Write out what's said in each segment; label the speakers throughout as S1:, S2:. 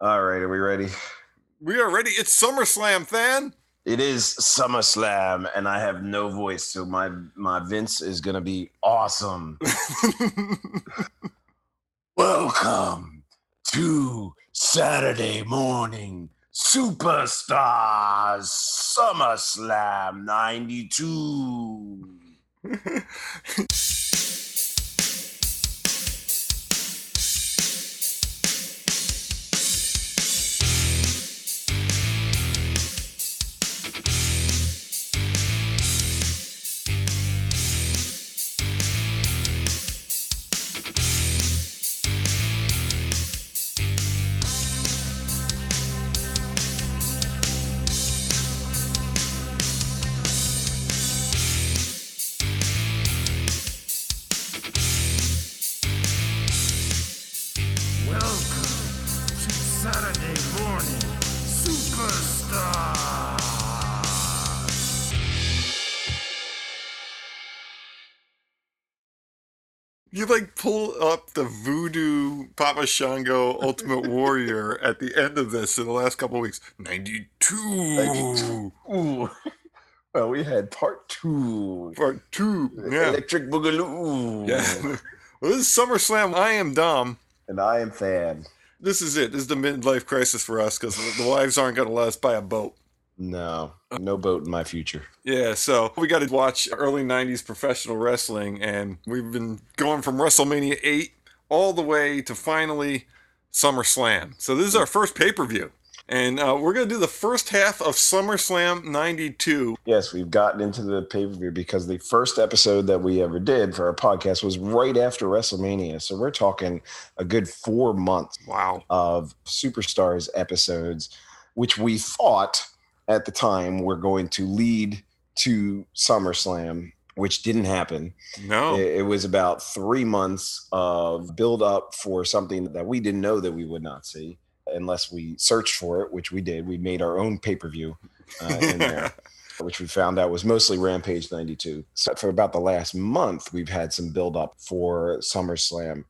S1: All right, are we ready?
S2: We are ready. It's SummerSlam, Than.
S1: It is SummerSlam, and I have no voice, so my my Vince is gonna be awesome. Welcome to Saturday morning Superstars SummerSlam '92.
S3: Welcome to Saturday morning superstar.
S2: You like pull up the voodoo Papa Shango Ultimate Warrior at the end of this in the last couple of weeks. 92.
S1: 92. Ooh. Well, we had part two.
S2: Part two. Yeah.
S1: Electric Boogaloo.
S2: Yeah. Well, this is SummerSlam. I am Dom.
S1: And I am Fan.
S2: This is it. This is the midlife crisis for us because the wives aren't going to let us buy a boat.
S1: No, no boat in my future.
S2: Yeah, so we got to watch early 90s professional wrestling, and we've been going from WrestleMania 8 all the way to finally SummerSlam. So this is our first pay per view. And uh, we're going to do the first half of SummerSlam 92.
S1: Yes, we've gotten into the pay per view because the first episode that we ever did for our podcast was right after WrestleMania. So we're talking a good four months
S2: Wow.
S1: of Superstars episodes, which we thought at the time were going to lead to SummerSlam, which didn't happen.
S2: No.
S1: It, it was about three months of build up for something that we didn't know that we would not see unless we searched for it, which we did. We made our own pay per view uh, in there. Which we found out was mostly Rampage 92. So, for about the last month, we've had some build up for SummerSlam.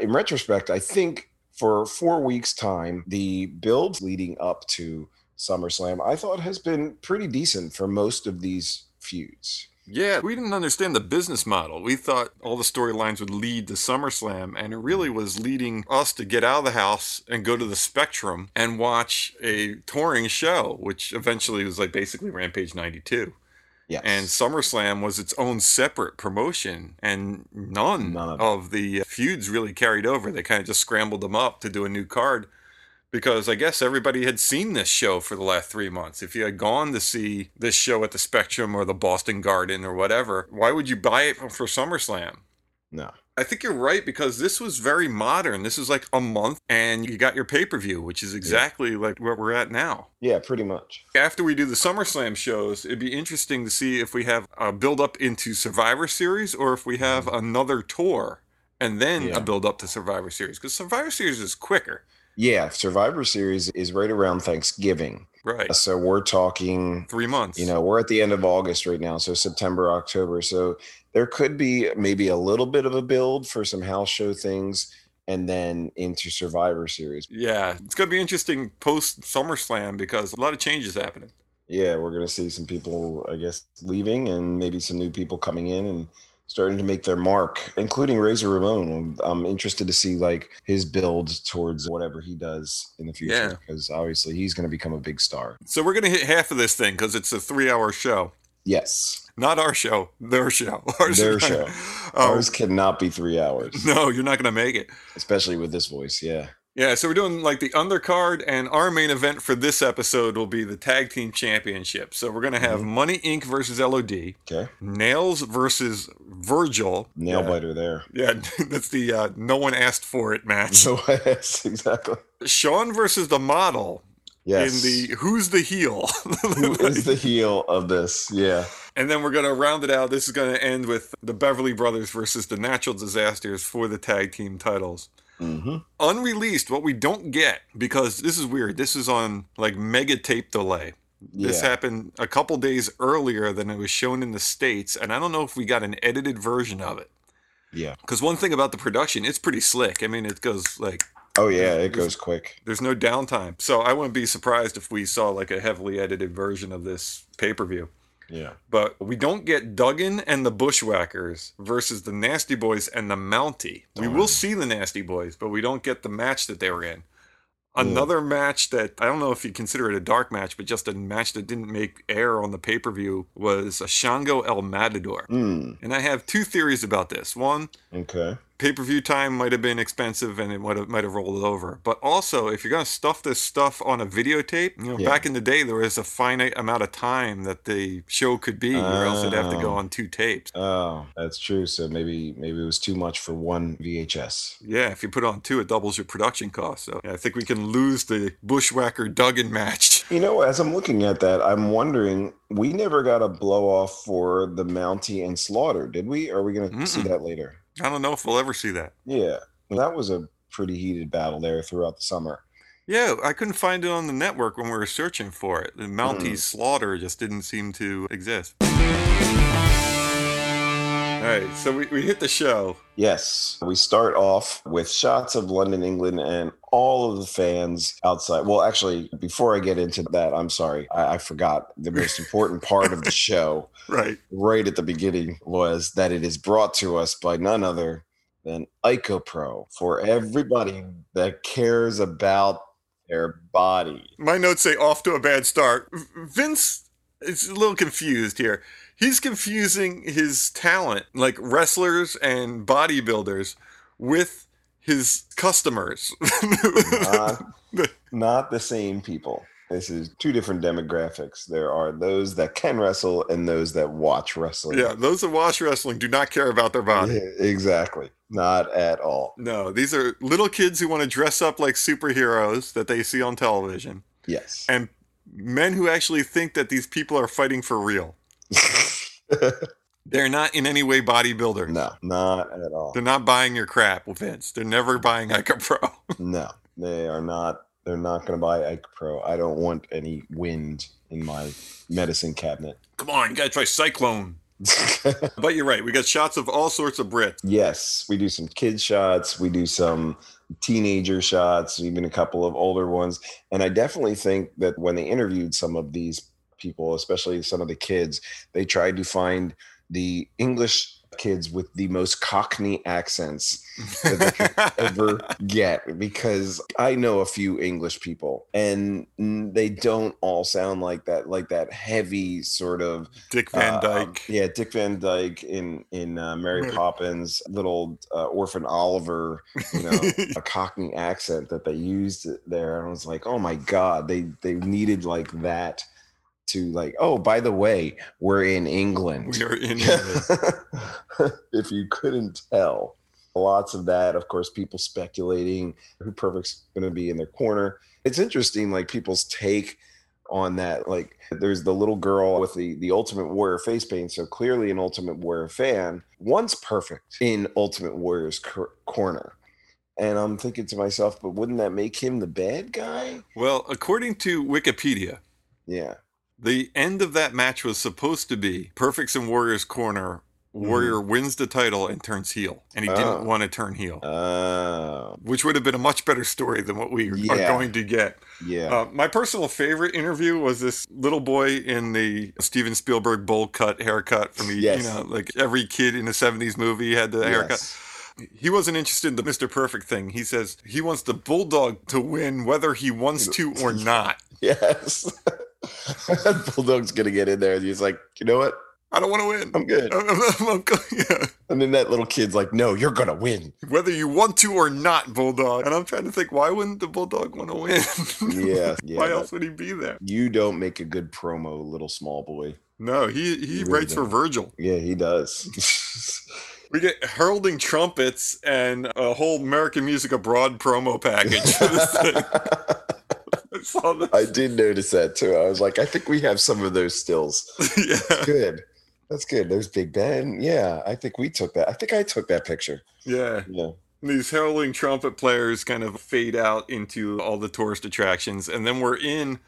S1: In retrospect, I think for four weeks' time, the build leading up to SummerSlam, I thought has been pretty decent for most of these feuds.
S2: Yeah, we didn't understand the business model. We thought all the storylines would lead to SummerSlam, and it really was leading us to get out of the house and go to the Spectrum and watch a touring show, which eventually was like basically Rampage 92.
S1: Yes.
S2: And SummerSlam was its own separate promotion, and none,
S1: None of
S2: of,
S1: it.
S2: the uh, feuds really carried over. They kind of just scrambled them up to do a new card because I guess everybody had seen this show for the last three months. If you had gone to see this show at the Spectrum or the Boston Garden or whatever, why would you buy it for SummerSlam?
S1: no.
S2: I think you're right because this was very modern. This was like a month, and you got your pay per view, which is exactly like where we're at now
S1: Yeah, pretty much.
S2: after we do the SummerSlam shows, it'd be interesting to see if we have a build up into Survivor Series or if we have another tour and then
S1: Mm-hmm. Yeah.
S2: a build up to Survivor Series because Survivor Series is quicker,
S1: Yeah, Survivor Series is right around Thanksgiving. Uh,
S2: right?
S1: So we're talking,
S2: Three months.
S1: you know, we're at the end of August right now. So September, October. So there could be maybe a little bit of a build for some house show things and then into Survivor Series.
S2: Yeah, it's gonna be interesting post SummerSlam because a lot of changes happening.
S1: Yeah, we're going to see some people, I guess, leaving and maybe some new people coming in and starting to make their mark, including Razor Ramon. I'm, I'm interested to see like his build towards whatever he does in the future
S2: Yeah.
S1: because obviously he's going to become a big star.
S2: So we're gonna hit half of this thing because it's a three-hour show.
S1: Yes.
S2: Not our show, their show.
S1: Their show.
S2: Oh,
S1: Ours cannot be three hours,
S2: no, you're not gonna make it.
S1: especially with this voice. Yeah.
S2: Yeah, so we're doing like the undercard, and our main event for this episode will be the tag team championship. So we're gonna have
S1: Mhm.
S2: Money Inc. versus LOD,
S1: Okay.
S2: Nails versus Virgil.
S1: Nail
S2: yeah.
S1: biter there.
S2: Yeah, that's the uh, no one asked for it match.
S1: So yes, exactly.
S2: Sean versus the model
S1: Yes.
S2: in the who's the heel,
S1: who is the heel of this? Yeah.
S2: and then we're gonna round it out. This is gonna end with the Beverly Brothers versus the Natural Disasters for the tag team titles.
S1: hmm
S2: Unreleased, what we don't get because this is weird. This is on like mega tape delay. This
S1: yeah.
S2: happened a couple days earlier than it was shown in the States, and I don't know if we got an edited version of it.
S1: Yeah.
S2: Because one thing about the production, it's pretty slick. I mean, it goes like
S1: Oh yeah, it goes quick.
S2: There's no downtime. So I wouldn't be surprised if we saw like a heavily edited version of this pay per view.
S1: Yeah.
S2: But we don't get Duggan and the Bushwhackers versus the Nasty Boys and the Mountie. We will see the Nasty Boys, but we don't get the match that they were in. Another match that I don't know if you consider it a dark match, but just a match that didn't make air on the pay per view was Shango El Matador.
S1: Mm,
S2: And I have two theories about this. One,
S1: okay.
S2: pay per view time might have been expensive and it might have might have rolled over. But also, if you're gonna stuff this stuff on a videotape, you know,
S1: Yeah.
S2: back in the day there was a finite amount of time that the show could be, or else it'd have to go
S1: Oh.
S2: on two tapes.
S1: Oh, that's true. So maybe maybe it was too much for one VHS.
S2: Yeah, if you put on two, it doubles your production cost. So yeah, I think we can lose the Bushwhacker Duggan match.
S1: You know, as I'm looking at that, I'm wondering we never got a blow off for the Mountie and Slaughter, did we? Or are we going to see
S2: Mm-mm.
S1: that later?
S2: I don't know if we'll ever see that.
S1: Yeah, that was a pretty heated battle there throughout the summer.
S2: Yeah, I couldn't find it on the network when we were searching for it. The Mountie
S1: Hmm.
S2: slaughter just didn't seem to exist. All right, so we, we hit the show.
S1: Yes, we start off with shots of London, England, and all of the fans outside. Well, actually, before I get into that, I'm sorry, I, I forgot the most important part of the show
S2: Right.
S1: right at the beginning was that it is brought to us by none other than IcoPro for everybody that cares about their body.
S2: My notes say off to a bad start. V- Vince is a little confused here. He's confusing his talent, like wrestlers and bodybuilders, with his customers.
S1: Not, not the same people. This is two different demographics. There are those that can wrestle and those that watch wrestling.
S2: yeah, those that watch wrestling do not care about their body.
S1: Yeah, exactly. Not at all.
S2: No, these are little kids who want to dress up like superheroes that they see on television,
S1: Yes.
S2: and men who actually think that these people are fighting for real. They're not in any way bodybuilders.
S1: no, not at all.
S2: They're not buying your crap, Vince. They're never buying Ica Pro.
S1: No, they are not. They're not going to buy Ike Pro. I don't want any wind in my medicine cabinet.
S2: Come on, you gotta try Cyclone. But you're right. We got shots of all sorts of Brits.
S1: yes, we do some kid shots. We do some teenager shots, even a couple of older ones. And I definitely think that when they interviewed some of these people, especially some of the kids, they tried to find the English kids with the most Cockney accents ever get because I know a few English people and n- they don't all sound like that, like that heavy sort of
S2: Dick Van
S1: uh,
S2: Dyke.
S1: um, yeah, Dick Van Dyke in in uh, Mary
S2: Mary-
S1: Poppins, little uh, orphan Oliver, you know, a Cockney accent that they used there. And I was like, oh my god, they they needed like that to like, oh by the way, we're in England.
S2: We are in England.
S1: if you couldn't tell. Lots of that, of course, people speculating who Perfect's going to be in their corner. It's interesting, like people's take on that. Like, there's the little girl with the the Ultimate Warrior face paint, so clearly an Ultimate Warrior fan. Once Perfect in Ultimate Warrior's cor- corner, and I'm thinking to myself, but wouldn't that make him the bad guy?
S2: Well, according to Wikipedia,
S1: Yeah,
S2: The end of that match was supposed to be Perfects in Warrior's corner.
S1: Hmm.
S2: Warrior wins the title and turns heel, and he
S1: Oh.
S2: didn't want to turn heel,
S1: oh,
S2: which would have been a much better story than what we are
S1: Yeah.
S2: going to get.
S1: yeah,
S2: Uh, my personal favorite interview was this little boy in the Steven Spielberg bowl cut haircut from the
S1: Yes.
S2: you know like every kid in the '70s movie had Oh, the haircut.
S1: Yes.
S2: He wasn't interested in the Mr. Perfect thing. He says he wants the bulldog to win whether he wants to or not.
S1: Yes. Bulldog's gonna get in there and he's like, you know what?
S2: I don't want to win.
S1: I'm good.
S2: I'm, I'm, I'm go- yeah.
S1: And then that little kid's like, no, you're gonna win.
S2: whether you want to or not, Bulldog. And I'm trying to think, why wouldn't the Bulldog want to win?
S1: Yeah. yeah
S2: why
S1: that-
S2: else would he be there?
S1: You don't make a good promo, little small boy.
S2: No, he he
S1: He really
S2: writes for Virgil.
S1: Yeah, he does.
S2: We get heralding trumpets and a whole American Music Abroad promo package for this thing. I saw this.
S1: I did notice that too. I was like, I think we have some of those stills.
S2: yeah,
S1: Good. That's good. There's Big Ben. Yeah, I think we took that. I think I took that picture.
S2: yeah.
S1: Yeah.
S2: These heralding trumpet players kind of fade out into all the tourist attractions, and then we're in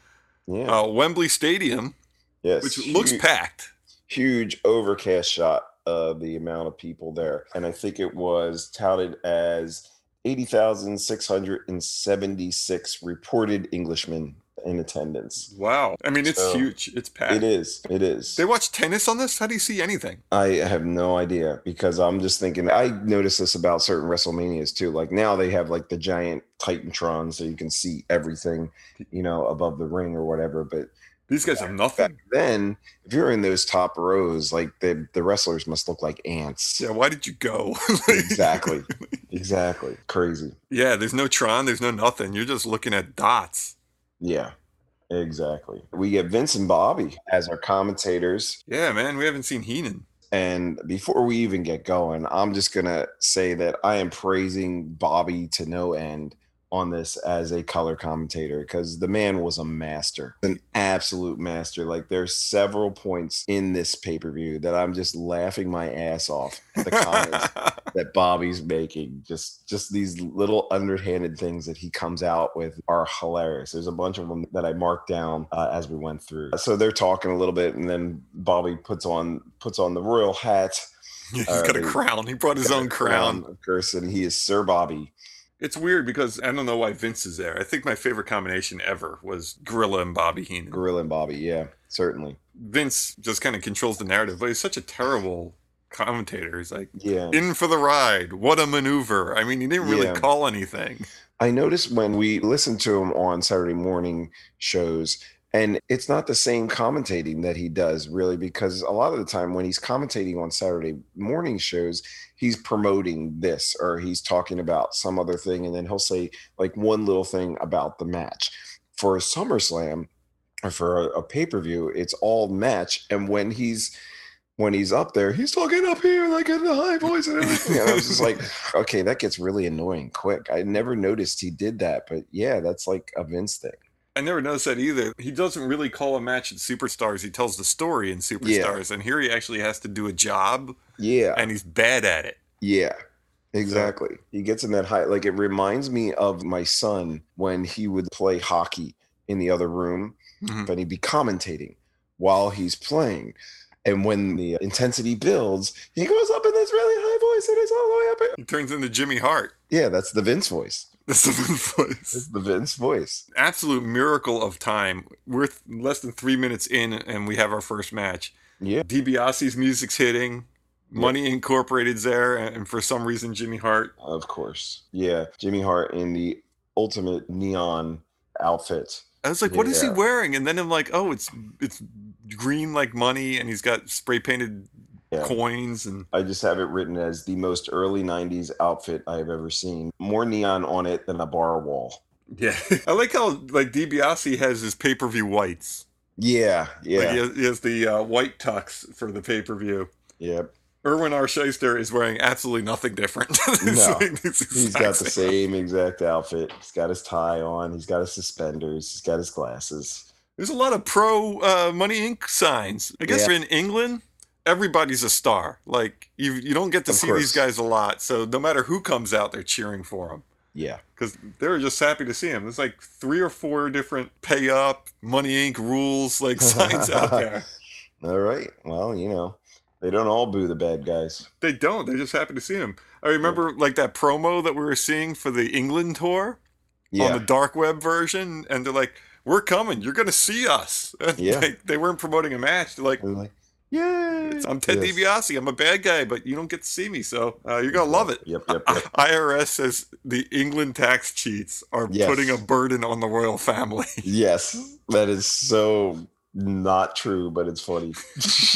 S1: Yeah.
S2: uh, Wembley Stadium,
S1: yes.
S2: which looks
S1: Huge-
S2: packed.
S1: huge overcast shot of the amount of people there. And I think it was touted as 80,676 reported Englishmen in attendance.
S2: Wow. I mean, it's
S1: So,
S2: huge. It's packed.
S1: It is. It is.
S2: They watch tennis on this? How do you see anything?
S1: I have no idea because I'm just thinking. I noticed this about certain WrestleManias too. Like now they have like the giant Titantrons, so you can see everything, you know, above the ring or whatever. But
S2: These guys have
S1: back
S2: nothing.
S1: then, if you're in those top rows, like the the wrestlers must look like ants.
S2: Yeah, why did you go?
S1: exactly. Exactly. Crazy.
S2: Yeah, there's no Tron, there's no nothing. You're just looking at dots.
S1: Yeah. Exactly. We get Vince and Bobby as our commentators.
S2: Yeah, man, we haven't seen Heenan.
S1: And before we even get going, I'm just going to say that I am praising Bobby to no end on this as a color commentator because the man was a master, an absolute master. Like there's several points in this pay per view that I'm just laughing my ass off at the comments that Bobby's making. Just just these little underhanded things that he comes out with are hilarious. There's a bunch of them that I marked down uh, as we went through. So they're talking a little bit, and then Bobby puts on puts on the royal hat.
S2: He's got a
S1: Alright.
S2: crown. He brought his
S1: Got a
S2: own crown.
S1: of course, and he is Sir Bobby.
S2: It's weird because I don't know why Vince is there. I think my favorite combination ever was Gorilla and Bobby Heenan.
S1: Gorilla and Bobby, yeah, certainly,
S2: Vince just kind of controls the narrative, but he's such a terrible commentator. He's like,
S1: yeah.
S2: in for the ride. What a maneuver. I mean, he didn't really
S1: Yeah.
S2: call anything.
S1: I noticed when we listened to him on Saturday morning shows, and it's not the same commentating that he does really, because a lot of the time when he's commentating on Saturday morning shows, he's promoting this or he's talking about some other thing, and then he'll say like one little thing about the match. For a SummerSlam or for a, a pay per view, it's all match, and when he's when he's up there, he's talking up here like in the high voice and everything. And I was just like, okay, that gets really annoying quick. I never noticed he did that, but yeah, that's like a Vince thing.
S2: I never noticed that either. He doesn't really call a match in Superstars. He tells the story in Superstars, and here he actually has to do a job,
S1: Yeah,
S2: and he's bad at it.
S1: yeah, exactly. He gets in that high. Like it reminds me of my son when he would play hockey in the other room,
S2: Mhm.
S1: but he'd be commentating while he's playing. And when the intensity builds, he goes up in this really high voice and it's all the way up. here.
S2: He turns into Jimmy Hart.
S1: Yeah, that's the Vince voice.
S2: That's the
S1: That's
S2: voice.
S1: the Vince voice.
S2: Absolute miracle of time. We're th- less than three minutes in, and we have our first match.
S1: Yeah.
S2: DiBiase's music's hitting. Money Incorporated's there, and and for some reason, Jimmy Hart.
S1: Of course. Yeah. Jimmy Hart in the ultimate neon outfit.
S2: I was like, "What is he
S1: Yeah.
S2: wearing?" And then I'm like, "Oh, it's it's green like money, and he's got spray painted
S1: Yeah.
S2: coins and."
S1: I just have it written as the most early 90s outfit I have ever seen. More neon on it than a bar wall.
S2: Yeah, I like how like DiBiase has his pay per view whites.
S1: Yeah. Yeah.
S2: Like, he, has, he has the uh, white tux for the pay per view.
S1: Yep.
S2: Erwin R. Shyster is wearing absolutely nothing different. It's
S1: No.
S2: it's
S1: He's
S2: exact
S1: got the same exact outfit. He's got his tie on. He's got his suspenders. He's got his glasses.
S2: There's a lot of pro uh, Money Inc. signs. I guess
S1: Yeah.
S2: in England, everybody's a star. Like you, you don't get to
S1: Of
S2: see
S1: course.
S2: these guys a lot. So no matter who comes out, they're cheering for him
S1: Yeah.
S2: because they're just happy to see him. There's like three or four different pay up Money Inc. rules like signs out there.
S1: All right. Well, you know, they don't all boo the bad guys.
S2: They don't. They're just happy to see him. I remember like that promo that we were seeing for the England tour on
S1: Yeah.
S2: the dark web version, and they're like, "We're coming. You're gonna see us." And,
S1: Yeah.
S2: like, they weren't promoting a match. They're like,
S1: They're like, yeah.
S2: "It's- "I'm Ted DiBiase. I'm a bad guy, but you don't get to see me, so uh, you're gonna love it."
S1: Yep. Yep. yep.
S2: IRS says the England tax cheats are
S1: Yes.
S2: putting a burden on the royal family.
S1: Yes, that is so not true, but it's funny.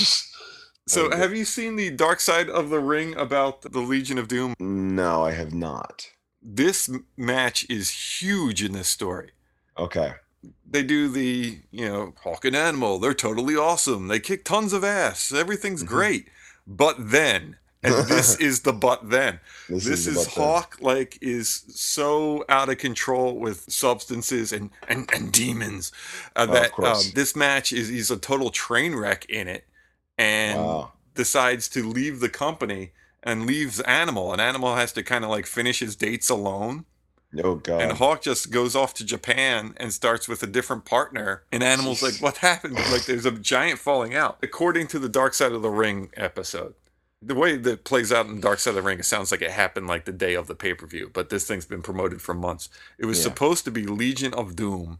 S2: so,
S1: Okay.
S2: have you seen the Dark Side of the Ring about the Legion of Doom?
S1: no, I have not.
S2: This m- match is huge in this story.
S1: Okay.
S2: they do the you know hawk and animal they're totally awesome they kick tons of ass everything's
S1: Mhm.
S2: great but then and this is the but then this,
S1: the
S2: is,
S1: button.
S2: hawk like is so out of control with substances and and, and demons uh,
S1: Oh, Of
S2: that um,
S1: course.
S2: this match is he's a total train wreck in it and
S1: Wow.
S2: decides to leave the company and leaves animal and animal has to kind of like finish his dates alone
S1: Oh god.
S2: and Hawk just goes off to Japan and starts with a different partner. And Animal's like, what happened? Like, there's a giant falling out, according to the Dark Side of the Ring episode. the way that plays out in Dark Side of the Ring, it sounds like it happened like the day of the pay per view, but this thing's been promoted for months. It was
S1: Yeah.
S2: supposed to be Legion of Doom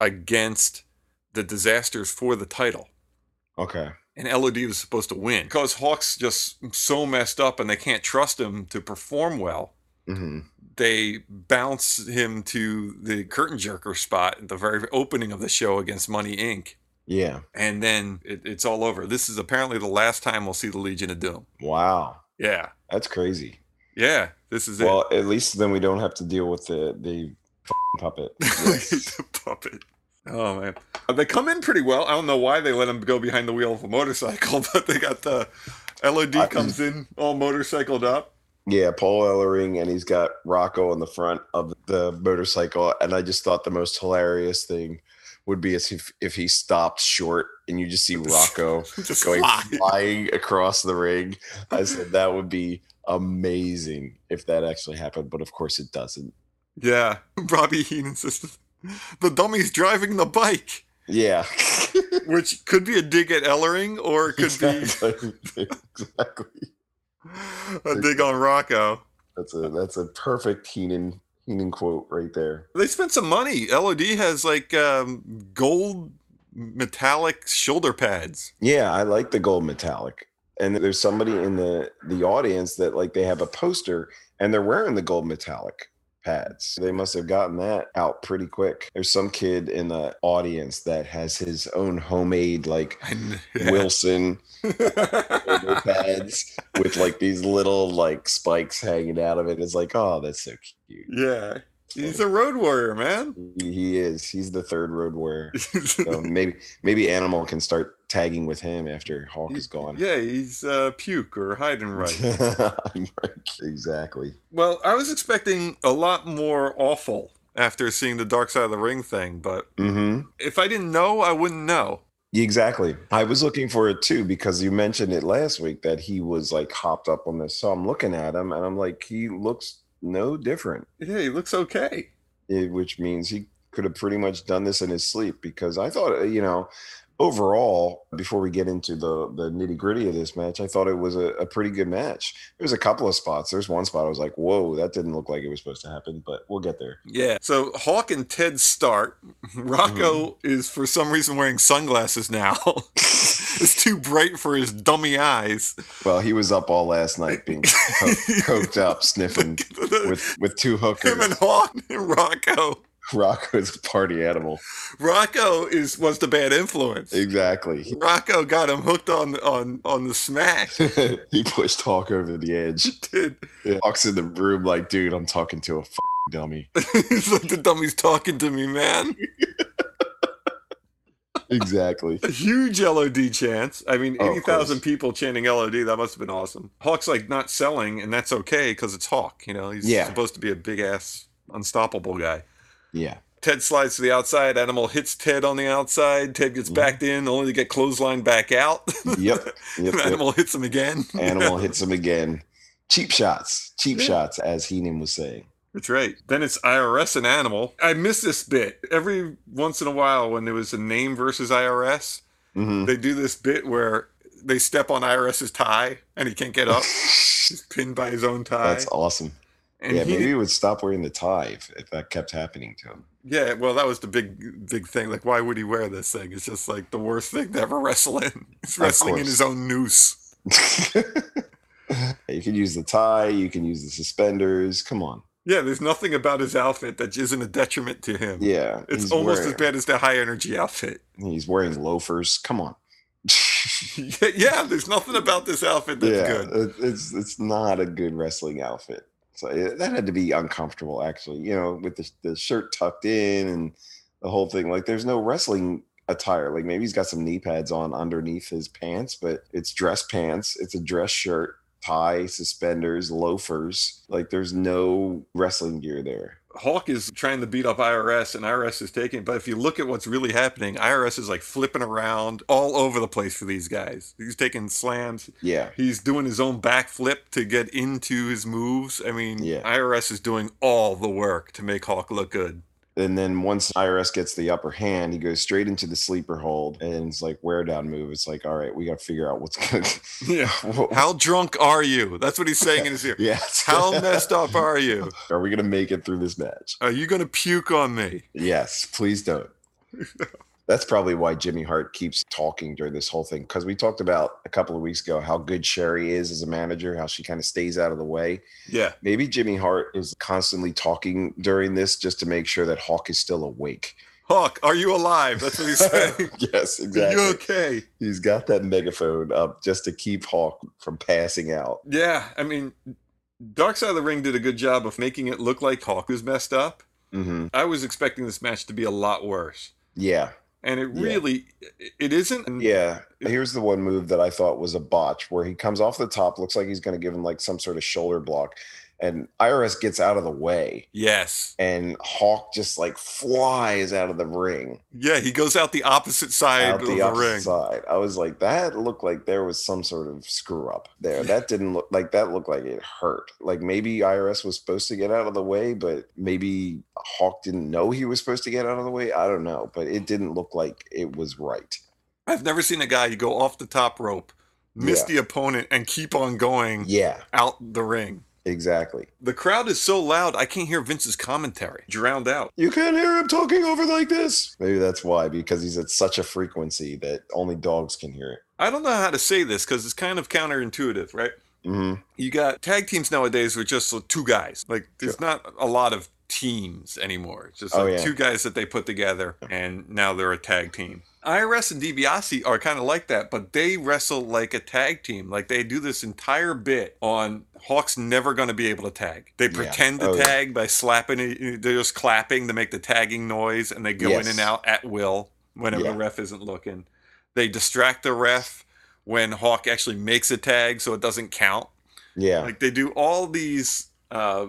S2: against the disasters for the title.
S1: Okay.
S2: And LOD was supposed to win because Hawk's just so messed up and they can't trust him to perform well.
S1: hmm
S2: They bounce him to the curtain jerker spot at the very opening of the show against Money Inc.
S1: Yeah.
S2: And then it, it's all over. This is apparently the last time we'll see the Legion of Doom.
S1: Wow.
S2: Yeah.
S1: That's crazy.
S2: Yeah. This is it.
S1: Well, at least then we don't have to deal with the the f***ing puppet. Yes.
S2: the puppet. Oh man, Uh, they come in pretty well. I don't know why they let him go behind the wheel of a motorcycle, but they got the LOD
S1: I-
S2: comes in all motorcycled up.
S1: yeah, Paul Ellering, and he's got Rocco on the front of the motorcycle. And I just thought the most hilarious thing would be is if if he stopped short and you just see Rocco
S2: Just
S1: going
S2: fly.
S1: flying across the ring. I said that would be amazing if that actually happened, but of course it doesn't.
S2: Yeah, Robbie Heenan says the dummy's driving the bike,
S1: Yeah.
S2: which could be a dig at Ellering or it could be
S1: exactly. exactly.
S2: a dig on Rocco.
S1: That's a that's a perfect Heenan Heenan quote right there.
S2: They spent some money. LOD has like um, gold metallic shoulder pads.
S1: Yeah, I like the gold metallic. And there's somebody in the the audience that like they have a poster and they're wearing the gold metallic pads. They must have gotten that out pretty quick. There's some kid in the audience that has his own homemade like
S2: And,
S1: Wilson shoulder
S2: yeah.
S1: pads with like these little like spikes hanging out of it. It's like, oh, that's so cute.
S2: Yeah. He's a road warrior, man.
S1: He, he is. He's the third road warrior. So maybe maybe Animal can start tagging with him after Hawk is gone.
S2: yeah, he's uh, puke or hide and right.
S1: exactly.
S2: well, I was expecting a lot more awful after seeing the Dark Side of the Ring thing, but
S1: hmm
S2: if I didn't know, I wouldn't know.
S1: Exactly. I was looking for it too because you mentioned it last week that he was like hopped up on this. So I'm looking at him and I'm like, he looks no different,
S2: Yeah, he looks okay.
S1: eh, which means he could have pretty much done this in his sleep because I thought, eh, you know, overall, before we get into the, the nitty gritty of this match, I thought it was a, a pretty good match. There was a couple of spots. There's one spot I was like, whoa, that didn't look like it was supposed to happen, but we'll get there.
S2: Yeah. So Hawk and Ted start. Rocco
S1: Mm-hmm.
S2: is for some reason wearing sunglasses now. it's too bright for his dummy eyes.
S1: Well, he was up all last night being co- coked up, sniffing with with two hookers.
S2: Him and Hawk and Rocco.
S1: Rocco is a party animal.
S2: Rocco is was the bad influence.
S1: Exactly.
S2: Rocco got him hooked on on on the smack.
S1: he pushed Hawk over the edge.
S2: Dude,
S1: Hawk's in the room like, dude, I'm talking to a f- dummy.
S2: it's like the dummy's talking to me, man.
S1: Exactly.
S2: A huge LOD chance. I mean,
S1: Oh, of
S2: eighty thousand
S1: course.
S2: people chanting LOD. That must have been awesome. Hawk's like not selling, and that's okay because it's Hawk. You know, he's
S1: Yeah.
S2: supposed to be a big ass, unstoppable guy.
S1: Yeah.
S2: Ted slides to the outside. Animal hits Ted on the outside. Ted gets
S1: Mhm.
S2: backed in, only to get clotheslined back out.
S1: Yep. Yep. yep.
S2: Animal hits him again.
S1: Animal hits him again. Cheap shots. Cheap
S2: Yeah.
S1: shots, as Heenan was saying.
S2: That's right. Then it's IRS and Animal. I miss this bit. Every once in a while, when there was a name versus IRS,
S1: hmm
S2: they do this bit where they step on IRS's tie and he can't get up. He's pinned by his own tie.
S1: That's awesome.
S2: and
S1: yeah,
S2: he-
S1: maybe he would stop wearing the tie if, if that kept happening to him.
S2: yeah, well, that was the big, big thing. Like, why would he wear this thing? It's just like the worst thing to ever wrestle in. He's wrestling in
S1: course.
S2: his own noose.
S1: you can use the tie, you can use the suspenders. Come on.
S2: Yeah, there's nothing about his outfit that isn't a detriment to him.
S1: Yeah.
S2: It's
S1: he's
S2: almost
S1: wearing,
S2: as bad as the high energy outfit.
S1: He's wearing loafers. Come on.
S2: yeah, yeah, there's nothing about this outfit that's
S1: yeah.
S2: good.
S1: it- It's it's not a good wrestling outfit. So yeah, that had to be uncomfortable actually, you know, with the, the shirt tucked in and the whole thing. Like there's no wrestling attire. Like maybe he's got some knee pads on underneath his pants, but it's dress pants, it's a dress shirt, tie, suspenders, loafers. Like there's no wrestling gear there.
S2: Hawk is trying to beat up IRS and IRS is taking it. But if you look at what's really happening, IRS is like flipping around all over the place for these guys. He's taking slams.
S1: Yeah.
S2: He's doing his own backflip to get into his moves. I mean,
S1: Yeah.
S2: IRS is doing all the work to make Hawk look good.
S1: And then once IRS gets the upper hand, he goes straight into the sleeper hold and it's like wear down move. It's like, all right, we got to figure out what's going
S2: Yeah.
S1: to.
S2: How drunk are you? That's what he's saying in his ear.
S1: Yeah.
S2: How messed up are you?
S1: Are we going to make it through this match?
S2: Are you going to puke on me?
S1: Yes, please don't. That's probably why Jimmy Hart keeps talking during this whole thing because we talked about a couple of weeks ago how good Sherry is as a manager, how she kind of stays out of the way.
S2: Yeah.
S1: Maybe Jimmy Hart is constantly talking during this just to make sure that Hawk is still awake.
S2: Hawk, are you alive? That's what he's saying.
S1: yes,
S2: Are
S1: exactly.
S2: you okay?
S1: He's got that megaphone up just to keep Hawk from passing out.
S2: Yeah. I mean, Dark Side of the Ring did a good job of making it look like Hawk was messed up.
S1: hmm
S2: I was expecting this match to be a lot worse.
S1: Yeah,
S2: And it
S1: Yeah.
S2: really, it isn't. And
S1: yeah. Here's the one move that I thought was a botch where he comes off the top, looks like he's going to give him like some sort of shoulder block, and IRS gets out of the way.
S2: Yes.
S1: and Hawk just like flies out of the ring,
S2: Yeah. He goes out the opposite side
S1: out
S2: of
S1: the,
S2: the
S1: opposite
S2: ring.
S1: side. I was like, that looked like there was some sort of screw up there. That didn't look like that looked like it hurt. Like maybe IRS was supposed to get out of the way, but maybe Hawk didn't know he was supposed to get out of the way. I don't know, but it didn't look like it was right.
S2: I've never seen a guy you go off the top rope, miss
S1: Yeah.
S2: the opponent, and keep on going
S1: Yeah,
S2: out the ring.
S1: exactly.
S2: The crowd is so loud, I can't hear Vince's commentary. Drowned out.
S1: You can't hear him talking over like this. Maybe that's why, because he's at such a frequency that only dogs can hear it.
S2: I don't know how to say this because it's kind of counterintuitive, right?
S1: hmm
S2: You got tag teams nowadays with just like, two guys. Like, there's not a lot of teams anymore. It's just
S1: Oh,
S2: like
S1: yeah.
S2: two guys that they put together, and now they're a tag team. IRS and DiBiase are kind of like that, but they wrestle like a tag team. Like they do this entire bit on Hawk's never going to be able to tag. They
S1: Yeah.
S2: pretend
S1: Oh,
S2: to
S1: yeah.
S2: tag by slapping. it- They're just clapping to make the tagging noise, and they go in
S1: Yes.
S2: and out at will whenever
S1: Yeah.
S2: the ref isn't looking. They distract the ref when Hawk actually makes a tag, so it doesn't count.
S1: Yeah.
S2: Like they do all these uh,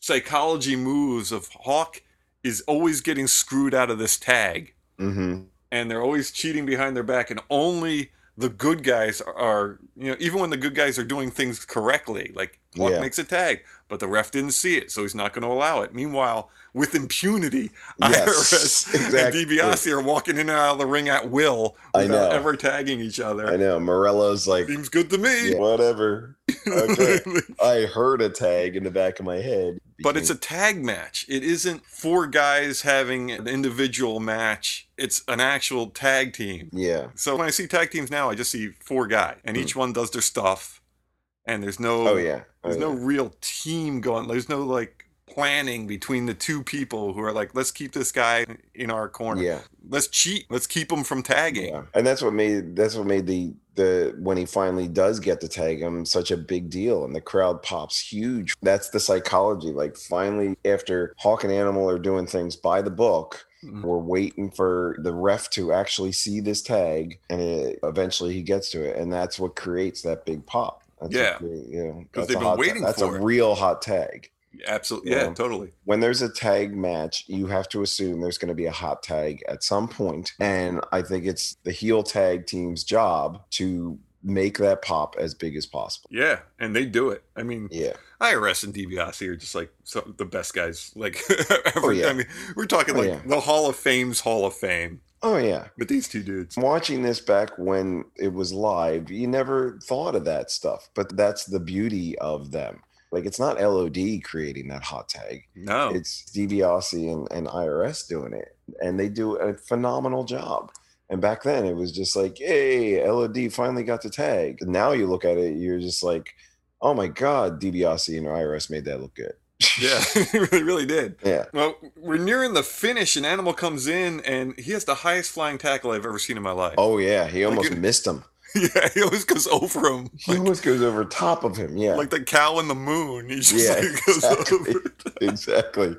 S2: psychology moves of Hawk is always getting screwed out of this tag,
S1: hmm
S2: and they're always cheating behind their back, and only the good guys are, are you know even when the good guys are doing things correctly, like Hawk
S1: Yeah.
S2: makes a tag, but the ref didn't see it, so he's not going to allow it. Meanwhile, with impunity,
S1: Yes,
S2: IRS
S1: exactly.
S2: and DiBiase are walking in and out of the ring at will
S1: I
S2: without
S1: know.
S2: ever tagging each
S1: I
S2: other.
S1: know. Morello's like,
S2: Seems good to me.
S1: "Yeah, whatever. Okay. I heard a tag in the back of my head.
S2: But it's a tag match. It isn't four guys having an individual match. It's an actual tag team.
S1: yeah.
S2: So when I see tag teams now, I just see four guys, and each one does their stuff, and there's no
S1: Hmm. Oh yeah. Oh,
S2: there's no
S1: yeah.
S2: real team going. There's no like planning between the two people who are like, let's keep this guy in our corner.
S1: Yeah.
S2: Let's cheat. Let's keep him from tagging.
S1: Yeah. And that's what made that's what made the the when he finally does get to tag him such a big deal and the crowd pops huge. That's the psychology. Like finally after Hawk and Animal are doing things by the book.
S2: Mhm.
S1: We're waiting for the ref to actually see this tag, and it, eventually he gets to it, and that's what creates that big pop. That's what
S2: Yeah.
S1: create- you know, that's
S2: 'Cause they've
S1: a
S2: been
S1: hot ta-
S2: waiting
S1: That's
S2: for
S1: a
S2: it.
S1: real hot tag.
S2: Absolutely.
S1: Yeah.
S2: Yeah, totally.
S1: when there's a tag match, you have to assume there's going to be a hot tag at some point. And I think it's the heel tag team's job to make that pop as big as possible.
S2: Yeah, and they do it. I mean,
S1: Yeah.
S2: IRS and DiBiase are just like some, the best guys like ever.
S1: Oh, yeah.
S2: I mean, we're talking
S1: Oh,
S2: like
S1: yeah.
S2: the Hall of Fame's Hall of Fame
S1: Oh, yeah.
S2: with these two dudes.
S1: Watching this back when it was live, you never thought of that stuff, but that's the beauty of them. Like, it's not LOD creating that hot tag,
S2: No,
S1: it's DiBiase and, and IRS doing it. And they do a phenomenal job. And back then it was just like, hey, LOD finally got the tag. And now you look at it, you're just like, oh my God, DiBiase and IRS made that look good.
S2: yeah, they really did.
S1: yeah.
S2: Well, we're nearing the finish, and Animal comes in, and he has the highest flying tackle I've ever seen in my life.
S1: Oh, yeah. He almost
S2: it-
S1: missed him.
S2: yeah, he always goes over him
S1: He
S2: like,
S1: almost goes over top of him. Yeah.
S2: like the cow in the moon. He just
S1: Yeah,
S2: like, goes
S1: exactly.
S2: over.
S1: exactly.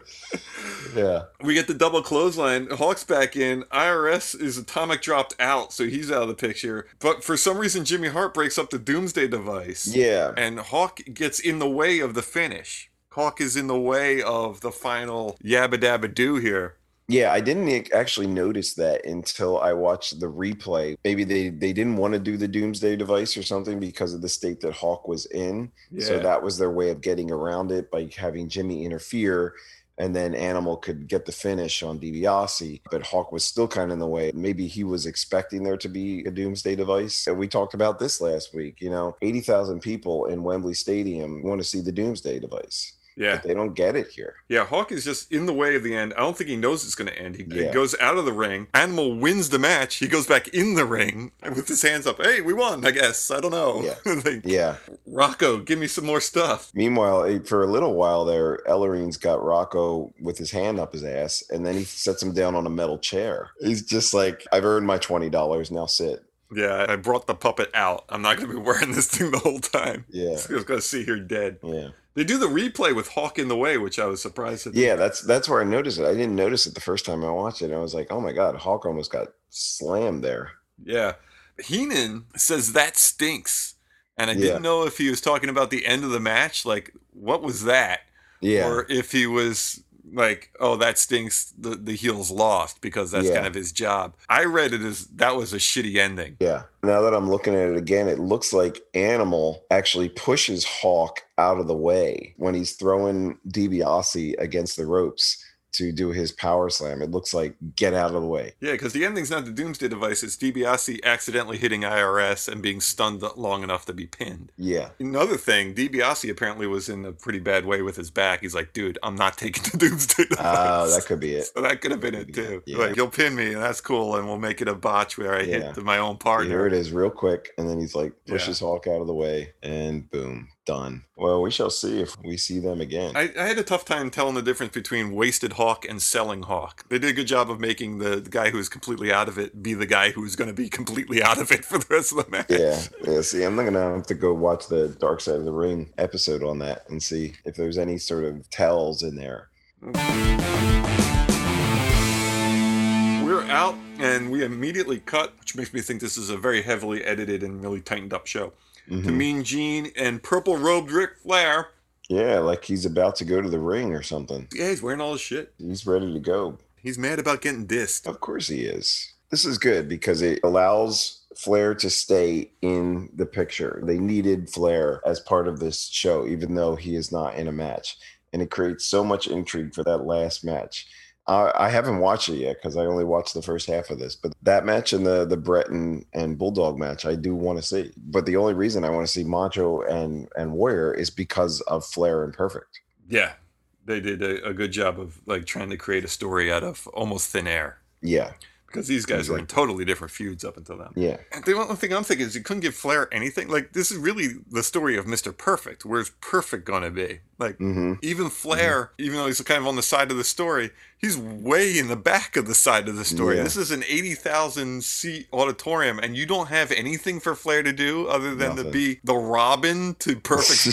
S1: Yeah.
S2: We get the double clothesline. Hawk's back in. IRS is atomic dropped out, so he's out of the picture. But for some reason, Jimmy Hart breaks up the Doomsday device.
S1: Yeah.
S2: and Hawk gets in the way of the finish. Hawk is in the way of the final yabba dabba do here.
S1: Yeah, I didn't ac- actually notice that until I watched the replay. Maybe they, they didn't want to do the doomsday device or something because of the state that Hawk was in. So that was their way of getting around it by having Jimmy interfere and then Animal could get the finish on DiBiase, but Hawk was still kind of in the way. Maybe he was expecting there to be a doomsday device. And we talked about this last week. You know, 80,000 people in Wembley Stadium want to see the doomsday device.
S2: Yeah.
S1: But they don't get it here.
S2: Yeah, Hawk is just in the way of the end. I don't think he knows it's going to end. He, he
S1: Yeah.
S2: goes out of the ring. Animal wins the match. He goes back in the ring with his hands up. Hey, we won, I guess. I don't know. like,
S1: Yeah.
S2: Rocco, give me some more stuff.
S1: Meanwhile, eh, for a little while there, Ellerine's got Rocco with his hand up his ass, and then he sets him down on a metal chair. He's just like, I've earned my $20. Now sit.
S2: Yeah, I brought the puppet out. I'm not going to be wearing this thing the whole time.
S1: Yeah.
S2: It's going to see here dead.
S1: Yeah.
S2: They do the replay with Hawk in the way, which I was surprised at.
S1: Yeah, that's that's where I noticed it. I didn't notice it the first time I watched it. I was like, oh my god, Hawk almost got slammed there.
S2: Yeah. Heenan says that stinks. And I
S1: Yeah.
S2: didn't know if he was talking about the end of the match. Like, what was that?
S1: Yeah,
S2: Or if he was like, oh, that stinks. The, the heel's lost because that's
S1: Yeah.
S2: kind of his job. I read it as that was a shitty ending.
S1: yeah. Now that I'm looking at it again, it looks like Animal actually pushes Hawk out of the way when he's throwing DiBiase against the ropes to do his power slam. It looks like get out of the way.
S2: Yeah, because the ending's not the doomsday device. It's DiBiase accidentally hitting IRS and being stunned long enough to be pinned.
S1: Yeah,
S2: Another thing, DiBiase apparently was in a pretty bad way with his back. He's like, dude, I'm not taking the doomsday device.
S1: oh, that could be it.
S2: So that could have been it too.
S1: Yeah.
S2: Like you'll pin me, and that's cool, and we'll make it a botch where I
S1: Yeah.
S2: hit my own
S1: Here
S2: partner.
S1: it is, real quick, and then he's like
S2: Yeah.
S1: pushes Hawk out of the way, and boom, done. Well, we shall see if we see them again.
S2: I, I had a tough time telling the difference between wasted hawk and selling hawk. They did a good job of making the, the guy who was completely out of it be the guy who was going to be completely out of it for the rest of the match.
S1: yeah, yeah. See, I'm gonna have to go watch the Dark Side of the Ring episode on that and see if there's any sort of tells in there.
S2: We're out, and we immediately cut, which makes me think this is a very heavily edited and really tightened up show. To
S1: Mhm.
S2: Mean Gene and purple robed Ric Flair.
S1: Yeah, like he's about to go to the ring or something.
S2: Yeah, he's wearing all his shit.
S1: He's ready to go.
S2: He's mad about getting dissed.
S1: Of course he is. This is good because it allows Flair to stay in the picture. They needed Flair as part of this show, even though he is not in a match. And it creates so much intrigue for that last match. I, I haven't watched it yet because I only watched the first half of this, but that match and the the Breton and Bulldog match I do want to see. But the only reason I want to see Macho and and Warrior is because of Flair and Perfect.
S2: Yeah, they did a, a good job of like trying to create a story out of almost thin air
S1: Yeah,
S2: because these guys were in totally different feuds up until then.
S1: yeah,
S2: And the only thing I'm thinking is you couldn't give Flair anything. Like this is really the story of Mr. Perfect. Where's Perfect gonna be? Like
S1: hmm
S2: even Flair, even though he's kind of on the side of the story, he's way in the back of the side of the story.
S1: Yeah.
S2: This is an 80,000 seat auditorium, and you don't have anything for Flair to do other than to
S1: Nothing.
S2: be the Robin to perfect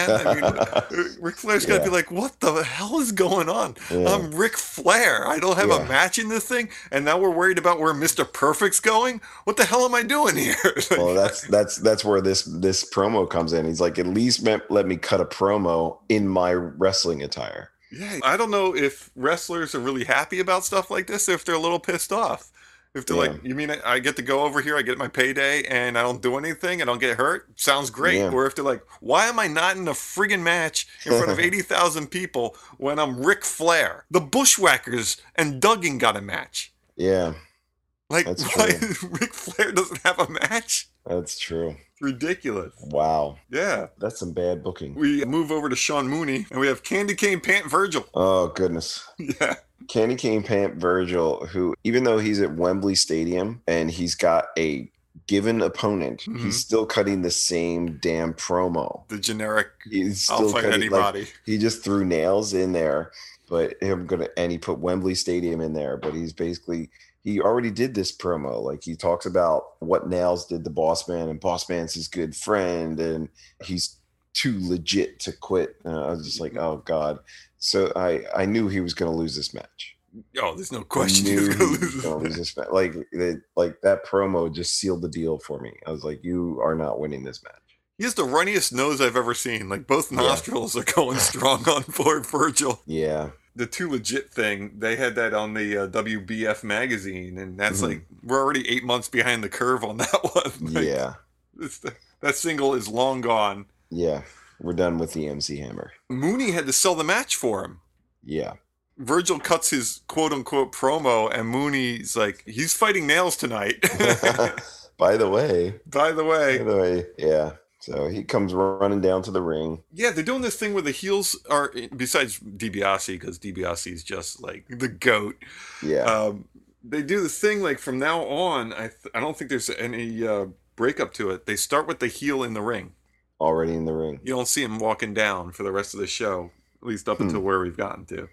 S2: Batman. I mean, Ric Flair's got to be
S1: Yeah.
S2: like, what the hell is going on?
S1: Yeah.
S2: I'm Ric Flair. I don't have a
S1: Yeah.
S2: match in this thing, and now we're worried about where Mr. Perfect's going? What the hell am I doing here? Like,
S1: well that's that's that's where this this promo comes in he's like at least me- let me cut a promo in my wrestling attire
S2: Yeah, I don't know if wrestlers are really happy about stuff like this, or if they're a little pissed off. If they're
S1: Yeah.
S2: like, you mean I, I get to go over here, I get my payday, and I don't do anything, I don't get hurt? Sounds great.
S1: Yeah.
S2: Or if they're like, why am I not in a friggin' match in front of 80,000 people when I'm Ric Flair? The Bushwhackers and Duggan got a match.
S1: yeah
S2: Like,
S1: That's
S2: why Ric Flair doesn't have a match?
S1: that's true
S2: It's ridiculous.
S1: wow
S2: Yeah.
S1: that's some bad booking
S2: We move over to Sean Mooney, and we have Candy Cane Pant Virgil.
S1: oh goodness
S2: yeah.
S1: candy cane pant virgil who even though he's at wembley stadium and he's got a given opponent
S2: Mhm.
S1: he's still cutting the same damn promo
S2: The generic,
S1: he's still
S2: I'll fight
S1: cutting, like,
S2: anybody.
S1: he just threw nails in there, but him gonna and he put Wembley Stadium in there, but he's basically he already did this promo. Like he talks about what nails did the boss man and boss man's his good friend and he's too legit to quit. And I was just like, oh God. So I I knew he was gonna lose this match.
S2: Oh, there's no
S1: I
S2: question
S1: knew
S2: he's
S1: he
S2: gonna
S1: was
S2: lose.
S1: gonna
S2: this
S1: lose this match. Like that like that promo just sealed the deal for me. I was like, you are not winning this match.
S2: He has the runniest nose I've ever seen. Like both
S1: Yeah.
S2: nostrils are going strong on poor Virgil.
S1: Yeah.
S2: The too legit thing, they had that on the uh, WBF magazine, and that's
S1: Mhm.
S2: like we're already eight months behind the curve on that one. Like,
S1: Yeah.
S2: it's- that single is long gone.
S1: Yeah. We're done with the MC hammer.
S2: Mooney had to sell the match for him.
S1: Yeah.
S2: Virgil cuts his quote unquote promo, and Mooney's like, he's fighting nails tonight.
S1: By the way,
S2: By the
S1: by
S2: way,
S1: the way, yeah. So he comes running down to the ring.
S2: yeah, they're doing this thing where the heels are, besides DiBiase, because DiBiase is just like the goat.
S1: Yeah.
S2: Um, they do this thing like from now on. I th- I don't think there's any uh, breakup to it. They start with the heel in the ring.
S1: already in the ring.
S2: You don't see him walking down for the rest of the show, at least up
S1: Hmm.
S2: until where we've gotten to.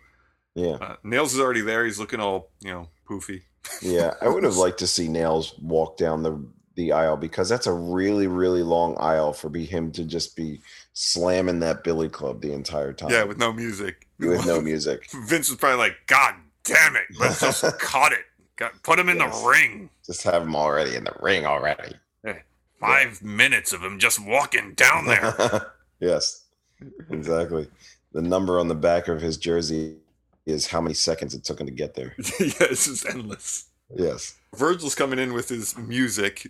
S1: Yeah.
S2: Uh, Nails is already there. He's looking all you know poofy.
S1: Yeah. I would have liked to see Nails walk down the the aisle because that's a really, really long aisle for be him to just be slamming that Billy Club the entire time.
S2: Yeah, with no music.
S1: Oh. with no music.
S2: Vince was probably like, "God damn it, let's just cut it. Got, put him in
S1: Yes.
S2: the ring.
S1: Just have him already in the ring already.
S2: Five minutes of him just walking down there."
S1: yes. Exactly. The number on the back of his jersey is how many seconds it took him to get there.
S2: yeah, it's just endless.
S1: Yes.
S2: Virgil's coming in with his music.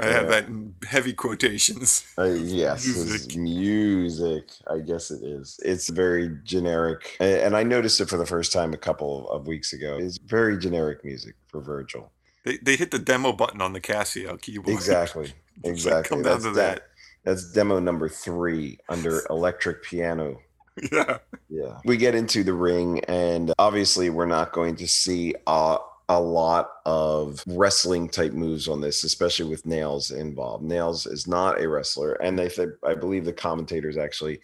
S2: I have
S1: Yeah.
S2: that in heavy quotations.
S1: Uh, yes, it's
S2: Music.
S1: music. I guess it is. It's very generic, a- and I noticed it for the first time a couple of weeks ago. It's very generic music for Virgil.
S2: They, they hit the demo button on the Casio keyboard.
S1: Exactly,
S2: like,
S1: exactly.
S2: come down
S1: That's
S2: to
S1: that. That's demo number three under electric piano.
S2: Yeah.
S1: Yeah, we get into the ring, and obviously, we're not going to see a a lot of wrestling type moves on this, especially with Nails involved. Nails is not a wrestler, and they th- I believe the commentators actually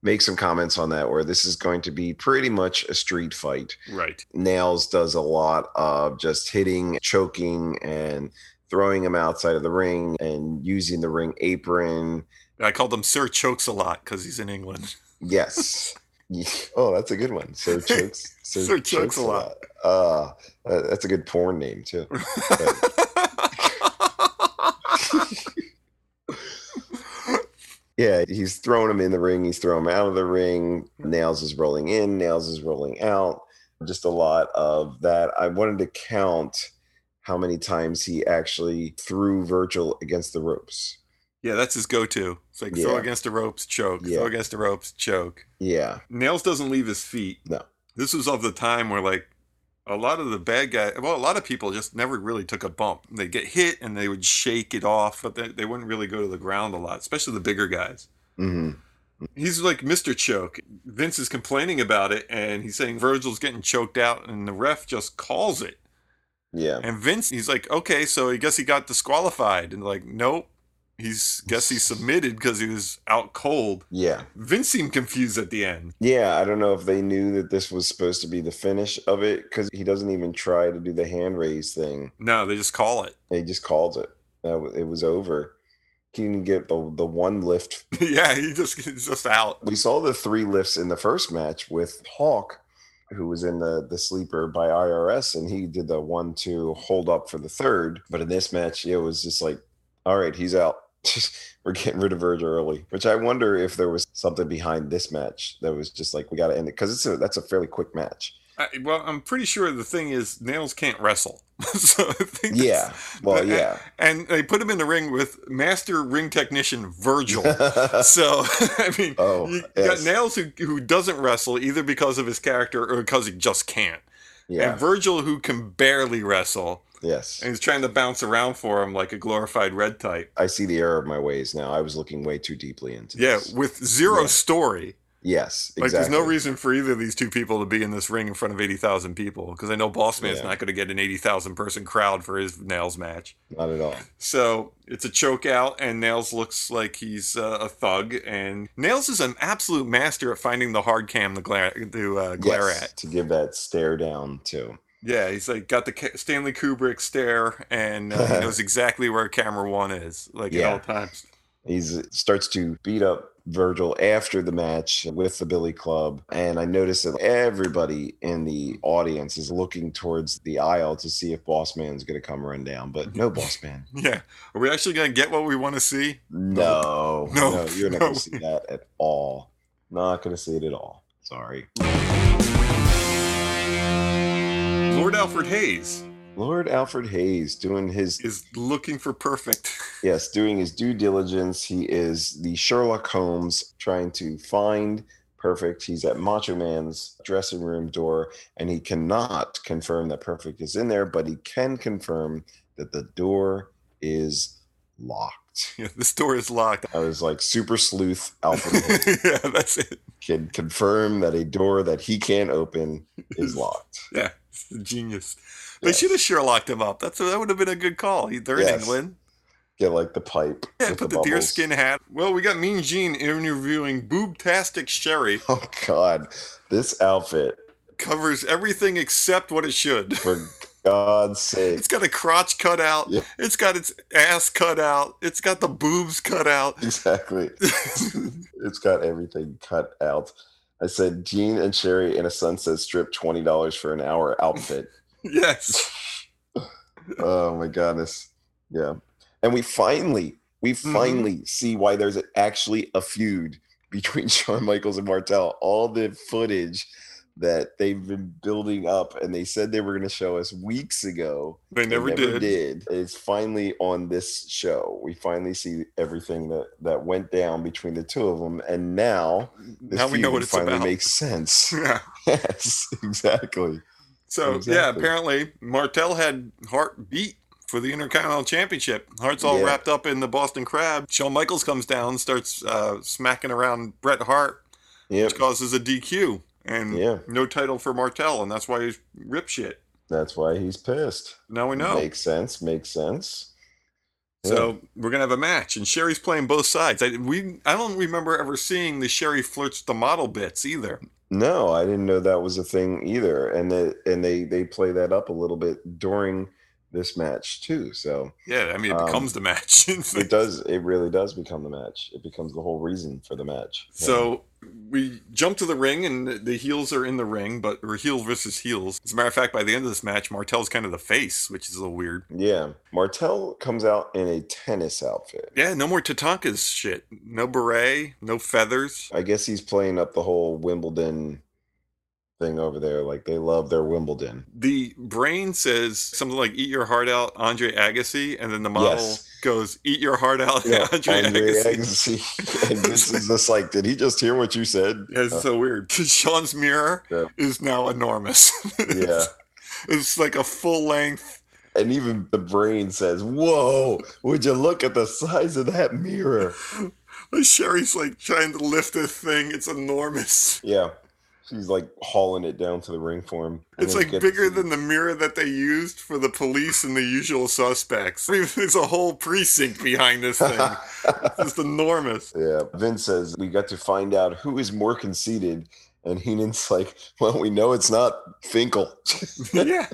S1: make some comments on that where this is going to be pretty much a street fight.
S2: Right.
S1: Nails does a lot of just hitting, choking, and throwing him outside of the ring and using the ring apron.
S2: I called him Sir Chokes a lot because he's in England.
S1: Yes. oh, that's a good one. Sir chokes. Sir,
S2: Sir Chokes a lot.
S1: lot. Uh, uh, that's a good porn name too. Yeah, he's throwing him in the ring. He's throwing him out of the ring.
S2: Hmm.
S1: Nails is rolling in. Nails is rolling out. Just a lot of that. I wanted to count how many times he actually threw Virgil against the ropes.
S2: yeah, that's his go to. It's like
S1: Yeah.
S2: throw against the ropes, choke.
S1: Yeah.
S2: Throw against the ropes, choke.
S1: Yeah.
S2: Nails doesn't leave his feet.
S1: No.
S2: This was of the time where, like, a lot of the bad guys, well, a lot of people just never really took a bump. They'd get hit and they would shake it off, but they, they wouldn't really go to the ground a lot, especially the bigger guys.
S1: hmm
S2: He's like Mr. Choke. Vince is complaining about it, and he's saying Virgil's getting choked out, and the ref just calls it.
S1: Yeah.
S2: And Vince, he's like, okay, so I guess he got disqualified, and like, nope, he's guess he submitted because he was out cold.
S1: Yeah.
S2: Vince seemed confused at the end.
S1: Yeah. I don't know if they knew that this was supposed to be the finish of it because he doesn't even try to do the hand raise thing.
S2: No, they just call it.
S1: They just called it. That w- It was over. He didn't get the, the one lift
S2: yeah, he just he's just out.
S1: we saw the three lifts in the first match with Hawk, who was in the the sleeper by IRS, and he did the one two hold up for the third. But in this match, it was just like, all right, he's out. We're getting rid of Virgil early, which I wonder if there was something behind this match that was just like we got to end it because it's a that's a fairly quick match.
S2: I, well, I'm pretty sure the thing is Nails can't wrestle, so I think that's-
S1: Yeah, well, yeah,
S2: And they put him in the ring with Master Ring Technician Virgil. so I mean,
S1: oh,
S2: You
S1: yes.
S2: got Nails who, who doesn't wrestle either because of his character or because he just can't.
S1: yeah,
S2: And Virgil who can barely wrestle
S1: yes.
S2: and he's trying to bounce around for him like a glorified red type.
S1: I see the error of my ways now. I was looking way too deeply into
S2: Yeah,
S1: this.
S2: with zero
S1: Yeah.
S2: story.
S1: yes,
S2: Like
S1: exactly.
S2: there's no reason for either of these two people to be in this ring in front of 80,000 people because I know Boss Man's
S1: Yeah.
S2: not going to get an 80,000 person crowd for his Nails match.
S1: not at all.
S2: So it's a choke out, and Nails looks like he's uh, a thug. And Nails is an absolute master at finding the hard cam to glare, to, uh, glare
S1: Yes,
S2: at.
S1: to give that stare down too.
S2: Yeah, he's like got the ca- Stanley Kubrick stare, and uh, he knows exactly where camera one is, like
S1: Yeah.
S2: at all times.
S1: He uh, starts to beat up Virgil after the match with the Billy Club, and I notice that everybody in the audience is looking towards the aisle to see if Boss Man's going to come run down, but no Boss Man.
S2: Yeah, are we actually gonna get what we want to see?
S1: No, no,
S2: No.
S1: you're not going
S2: No.
S1: to see that at all. Not going to see it at all. Sorry,
S2: Lord Alfred Hayes
S1: Lord Alfred Hayes doing his
S2: is looking for perfect.
S1: Yes, doing his due diligence. He is the Sherlock Holmes trying to find Perfect. He's at Macho Man's dressing room door, and he cannot confirm that Perfect is in there, but he can confirm that the door is locked.
S2: Yeah, this door is locked.
S1: I was like super sleuth Alfred Hitchcock
S2: yeah, that's it.
S1: can confirm that a door that he can't open is locked.
S2: Yeah, it's the genius. They should have sure locked him up. That's that would have been a good call. He's there in
S1: Yes.
S2: England.
S1: Get like the pipe.
S2: Yeah,
S1: with
S2: put the,
S1: bubbles.
S2: deerskin hat. Well, we got Mean Gene interviewing Boobtastic Sherry.
S1: Oh God, this outfit!
S2: Covers everything except what it should.
S1: For God's sake,
S2: It's got a crotch cut out.
S1: Yeah.
S2: It's got its ass cut out. It's got the boobs cut out.
S1: exactly. It's got everything cut out. I said Gene and Sherry in a sunset strip, twenty dollars for an hour outfit.
S2: yes.
S1: oh my goodness, yeah. And we finally, we
S2: Mhm.
S1: finally see why there's actually a feud between Shawn Michaels and Martel. All the footage that they've been building up, and they said they were going to show us weeks ago.
S2: They
S1: They
S2: never, did.
S1: It's finally on this show. We finally see everything that that went down between the two of them, and now the
S2: Now we know
S1: feud
S2: what it's
S1: finally
S2: about.
S1: makes sense.
S2: yeah.
S1: yes, exactly.
S2: So yeah,
S1: Exactly.
S2: apparently Martel had Hart beat for the Intercontinental Championship. Hart's all
S1: Yeah.
S2: wrapped up in the Boston Crab. Shawn Michaels comes down, starts uh, smacking around Bret Hart,
S1: Yep.
S2: which causes a DQ and
S1: Yeah,
S2: no title for Martel, and that's why he's rip shit.
S1: that's why he's pissed.
S2: Now we know.
S1: Makes sense. Makes sense. Yeah.
S2: So we're gonna have a match, and Sherry's playing both sides. I we I don't remember ever seeing the Sherry flirts the model bits either.
S1: No, I didn't know that was a thing either, and that and they they play that up a little bit during this match too. So
S2: Yeah, I mean it
S1: Um,
S2: becomes the match. It's
S1: it
S2: like-
S1: does it really does become the match it becomes the whole reason for the match Yeah.
S2: So we jump to the ring, and the- the heels are in the ring, but we're heel versus heels. As a matter of fact, by the end of this match, Martel's kind of the face, which is a little weird.
S1: yeah martel comes out in a tennis outfit
S2: Yeah, no more Tatanka's shit. No beret, no feathers.
S1: i guess he's playing up the whole wimbledon thing over there like they love their wimbledon
S2: The brain says something like "Eat your heart out, Andre Agassi," and then the model
S1: Yes.
S2: goes "Eat your heart out,
S1: yeah
S2: Andre,
S1: Andre
S2: Agassi."
S1: Agassi. and this is just like did he just hear what you said
S2: Yeah, it's
S1: Uh,
S2: so weird. Sean's mirror
S1: Yeah.
S2: is now enormous.
S1: yeah
S2: it's like a full length.
S1: and even the brain says whoa would you look at the size of that mirror
S2: Sherry's like trying to lift this thing. It's enormous.
S1: yeah she's like hauling it down to the ring for him and
S2: It's
S1: then
S2: like
S1: gets-
S2: bigger than the mirror that they used for the police and the usual suspects. I mean, There's a whole precinct behind this thing. it's just enormous.
S1: Yeah. Vince says we got to find out who is more conceited. And Heenan's like, well, we know it's not Finkel.
S2: yeah.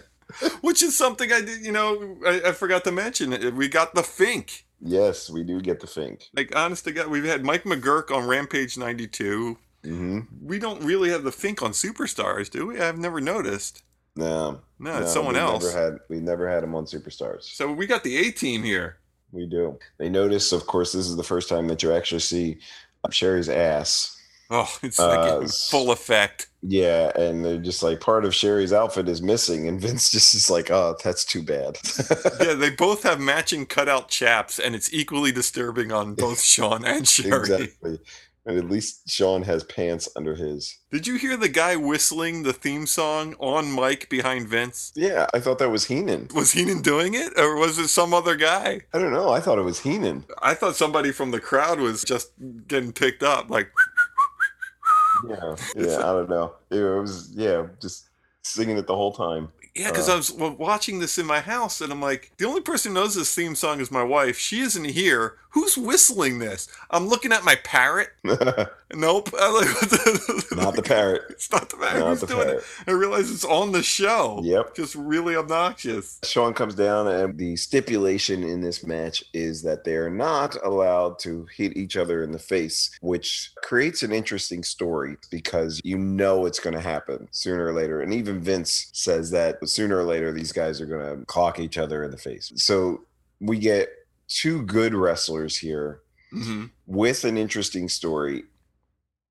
S2: Which is something I did, you know, I, I forgot to mention. We got the Fink.
S1: yes, we do get the Fink.
S2: Like, honest to God, we've had Mike McGurk on Rampage 92.
S1: Mm-hmm.
S2: We don't really have the Fink on Superstars, do we? I've never noticed.
S1: No,
S2: No,
S1: no,
S2: it's someone
S1: we
S2: else.
S1: Never had, we never had him on Superstars.
S2: so we got the A team here.
S1: We do. They notice, of course, this is the first time that you actually see uh, Sherry's ass.
S2: Oh, it's like
S1: Uh,
S2: in full effect.
S1: Yeah, and they're just like part of Sherry's outfit is missing, and Vince just is like, "Oh, that's too bad."
S2: yeah, they both have matching cutout chaps, and it's equally disturbing on both Sean and Sherry.
S1: exactly. And at least Sean has pants under his.
S2: Did you hear the guy whistling the theme song on mic behind Vince?
S1: Yeah, I thought that was Heenan.
S2: Was Heenan doing it, or was it some other guy?
S1: I don't know. I thought it was Heenan.
S2: I thought somebody from the crowd was just getting picked up. Like,
S1: Yeah, yeah. I don't know. It was yeah, just singing it the whole time.
S2: yeah,
S1: Uh.
S2: because I was wa- watching this in my house, and I'm like, the only person who knows this theme song is my wife. She isn't here. Who's whistling this? I'm looking at my parrot.
S1: Not
S2: Nope. I'm like, what the-
S1: the parrot.
S2: It's not the parrot.
S1: Not
S2: Who's
S1: the
S2: doing
S1: parrot.
S2: it? I realize it's on the show.
S1: Yep.
S2: Just really obnoxious.
S1: Sean comes down, and the stipulation in this match is that they are not allowed to hit each other in the face, which creates an interesting story because you know it's going to happen sooner or later. And even Vince says that sooner or later, these guys are going to clock each other in the face. So we get two good wrestlers here
S2: Mm-hmm.
S1: with an interesting story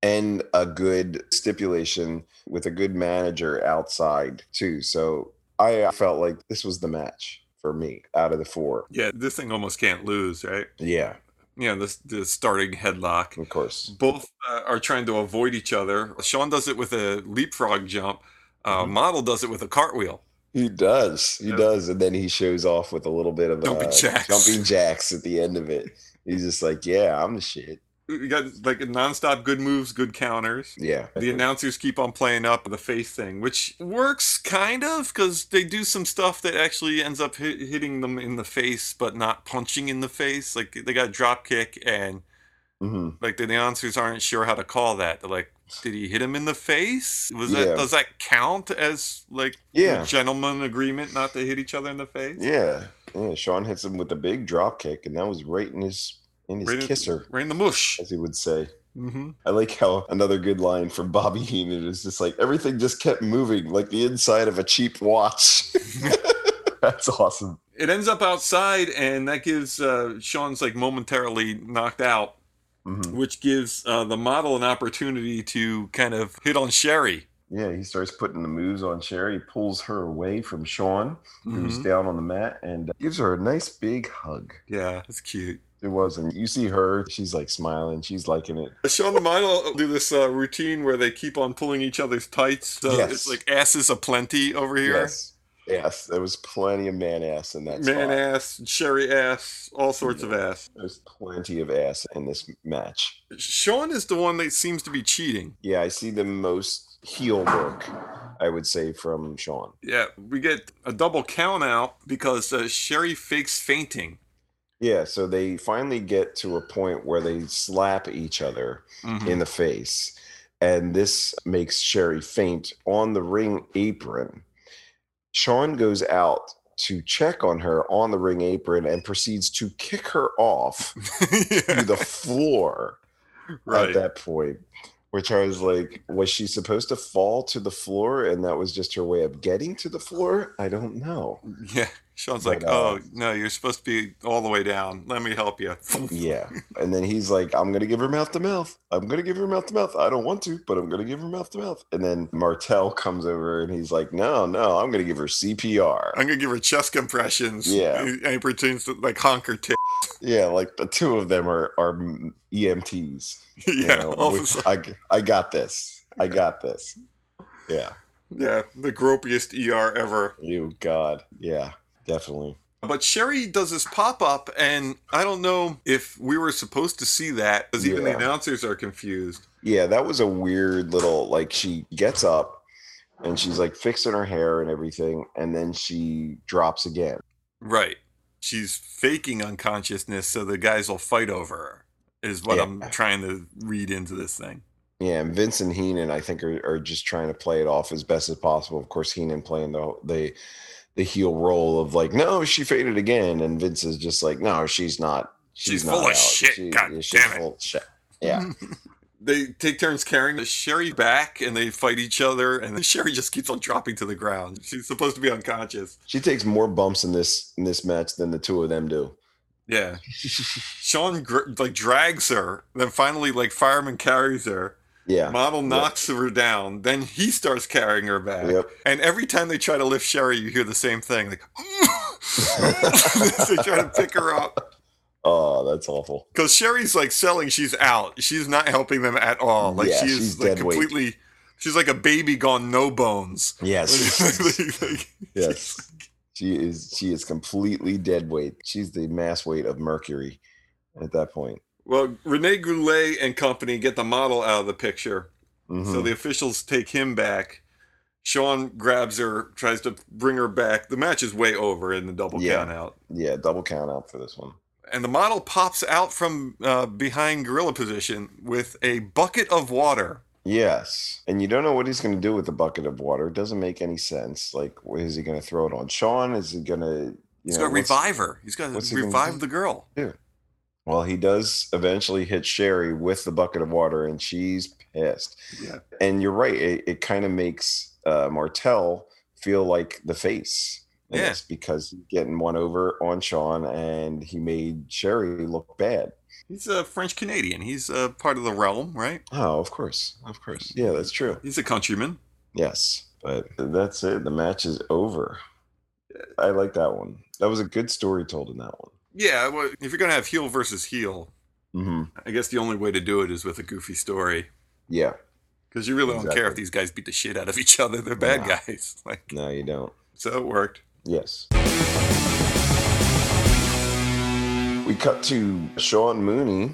S1: and a good stipulation with a good manager outside too. So I uh, felt like this was the match for me out of the four.
S2: Yeah, this thing almost can't lose, right?
S1: Yeah.
S2: you know, the, the starting headlock.
S1: Of course.
S2: Both uh, are trying to avoid each other. Sean does it with a leapfrog jump. Uh, Model does it with a cartwheel.
S1: He does. He
S2: Yeah.
S1: does. And then he shows off with a little bit of
S2: Jumping
S1: uh,
S2: jacks.
S1: jumping jacks at the end of it. He's just like, yeah, I'm the shit.
S2: You got like nonstop good moves, good counters.
S1: Yeah.
S2: The announcers keep on playing up the face thing, which works kind of because they do some stuff that actually ends up hit, hitting them in the face, but not punching in the face. Like they got a drop kick, and
S1: hmm
S2: like the announcers aren't sure how to call that. They're like, did he hit him in the face? Was that
S1: Yeah.
S2: does that count as like
S1: Yeah.
S2: gentleman agreement not to hit each other in the face?
S1: Yeah. Yeah. Sean hits him with a big drop kick, and that was right in his in his
S2: Right in-
S1: kisser,
S2: Right in the mush.
S1: as he would say.
S2: hmm
S1: I like how another good line from Bobby Heenan is just like everything just kept moving like the inside of a cheap watch. That's awesome.
S2: It ends up outside, and that gives uh, Sean's like momentarily knocked out.
S1: Mhm.
S2: which gives uh, the model an opportunity to kind of hit on Sherry.
S1: Yeah, he starts putting the moves on Sherry, pulls her away from Sean, who's
S2: Mhm.
S1: down on the mat, and uh, gives her a nice big hug.
S2: Yeah, it's cute.
S1: It was, and you see her, she's like smiling, she's liking it.
S2: Sean and model do this uh, routine where they keep on pulling each other's tights. So
S1: Yes.
S2: it's like asses aplenty over here.
S1: Yes, yes, there was plenty of man ass in that
S2: Man
S1: spot.
S2: ass, Sherry ass, all sorts of ass.
S1: There's plenty of ass in this match.
S2: Sean is the one that seems to be cheating.
S1: Yeah, I see the most heel work, I would say, from Sean.
S2: Yeah, we get a double count out because uh, Sherry fakes fainting.
S1: Yeah, so they finally get to a point where they slap each other
S2: Mhm.
S1: in the face. And this makes Sherry faint on the ring apron. Sean goes out to check on her on the ring apron and proceeds to kick her off to the floor
S2: right.
S1: at that point, which I was like, was she supposed to fall to the floor? And that was just her way of getting to the floor? I don't know.
S2: Yeah. Sean's
S1: But,
S2: like,
S1: uh,
S2: oh, no, you're supposed to be all the way down. Let me help you.
S1: Yeah. And then he's like, I'm going to give her mouth to mouth. I'm going to give her mouth to mouth. I don't want to, but I'm going to give her mouth to mouth. And then Martel comes over and he's like, No, no, I'm going to give her CPR.
S2: I'm gonna give her chest compressions. eh,
S1: Yeah.
S2: and he pretends to like honk her tip.
S1: Yeah. Like the two of them are, are EMTs. you
S2: yeah,
S1: know,
S2: all of a
S1: which
S2: sudden-
S1: I, I got this. I got this. Yeah.
S2: yeah, the gropiest ER ever.
S1: You God. Yeah. Definitely.
S2: But Sherry does this pop up, and I don't know if we were supposed to see that because even
S1: Yeah.
S2: the announcers are confused.
S1: Yeah. That was a weird little, like, she gets up and she's like fixing her hair and everything. And then she drops again.
S2: Right, she's faking unconsciousness so the guys will fight over her. Is what
S1: Yeah.
S2: I'm trying to read into this thing.
S1: Yeah, and Vince and Heenan, I think, are, are just trying to play it off as best as possible. Of course, Heenan playing the the the heel role of like, no, she faded again, and Vince is just like, no, she's not.
S2: She's full of shit, god
S1: yeah,
S2: damn it."
S1: of shit. Yeah,
S2: They take turns carrying Sherry back, and they fight each other. And Sherry just keeps on dropping to the ground. She's supposed to be unconscious.
S1: she takes more bumps in this in this match than the two of them do.
S2: Yeah. Sean gr- like drags her, then finally like fireman carries her.
S1: yeah.
S2: Model knocks her down, then he starts carrying her back.
S1: Yep.
S2: And every time they try to lift Sherry, you hear the same thing like they try to pick her up
S1: Oh, that's awful.
S2: because Sherry's like selling. She's out. She's not helping them at all. Like
S1: Yeah,
S2: she is
S1: she's
S2: like
S1: dead weight.
S2: completely. She's like a baby gone no bones.
S1: Yes.
S2: Like- like-
S1: yes. She is she is completely dead weight. She's the mass weight of Mercury at that point.
S2: well, Rene Goulet and company get the model out of the picture. So
S1: Mhm.
S2: the officials take him back. Sean grabs her, tries to bring her back. The match is way over in the double
S1: Yeah.
S2: count out.
S1: yeah, double count out for this one.
S2: And the model pops out from uh, behind gorilla position with a bucket of water.
S1: Yes. And you don't know what he's going to do with the bucket of water. It doesn't make any sense. Like, wh- is he going to throw it on Sean? Is he going to, you
S2: He's
S1: know,
S2: got to
S1: what's-
S2: revive her. He's got
S1: what's
S2: to
S1: he gonna
S2: revive
S1: do?
S2: the girl.
S1: Well, he does eventually hit Sherry with the bucket of water, and she's pissed.
S2: Yeah.
S1: And you're right. It, it kind of makes uh, Martel feel like the face. in
S2: Yeah.
S1: this because he's getting one over on Sean, and he made Sherry look bad.
S2: He's a French Canadian. He's a part of the realm, right?
S1: Oh, of course.
S2: Of course.
S1: Yeah, that's true.
S2: He's a countryman.
S1: Yes, but that's it. The match is over. I like that one. That was a good story told in that one.
S2: Yeah, well, if you're going to have heel versus heel,
S1: hmm
S2: I guess the only way to do it is with a goofy story
S1: Yeah.
S2: because you really don't care
S1: Exactly.
S2: if these guys beat the shit out of each other. They're bad
S1: Yeah.
S2: guys. Like
S1: No, you don't.
S2: so, it worked.
S1: Yes. We cut to Sean Mooney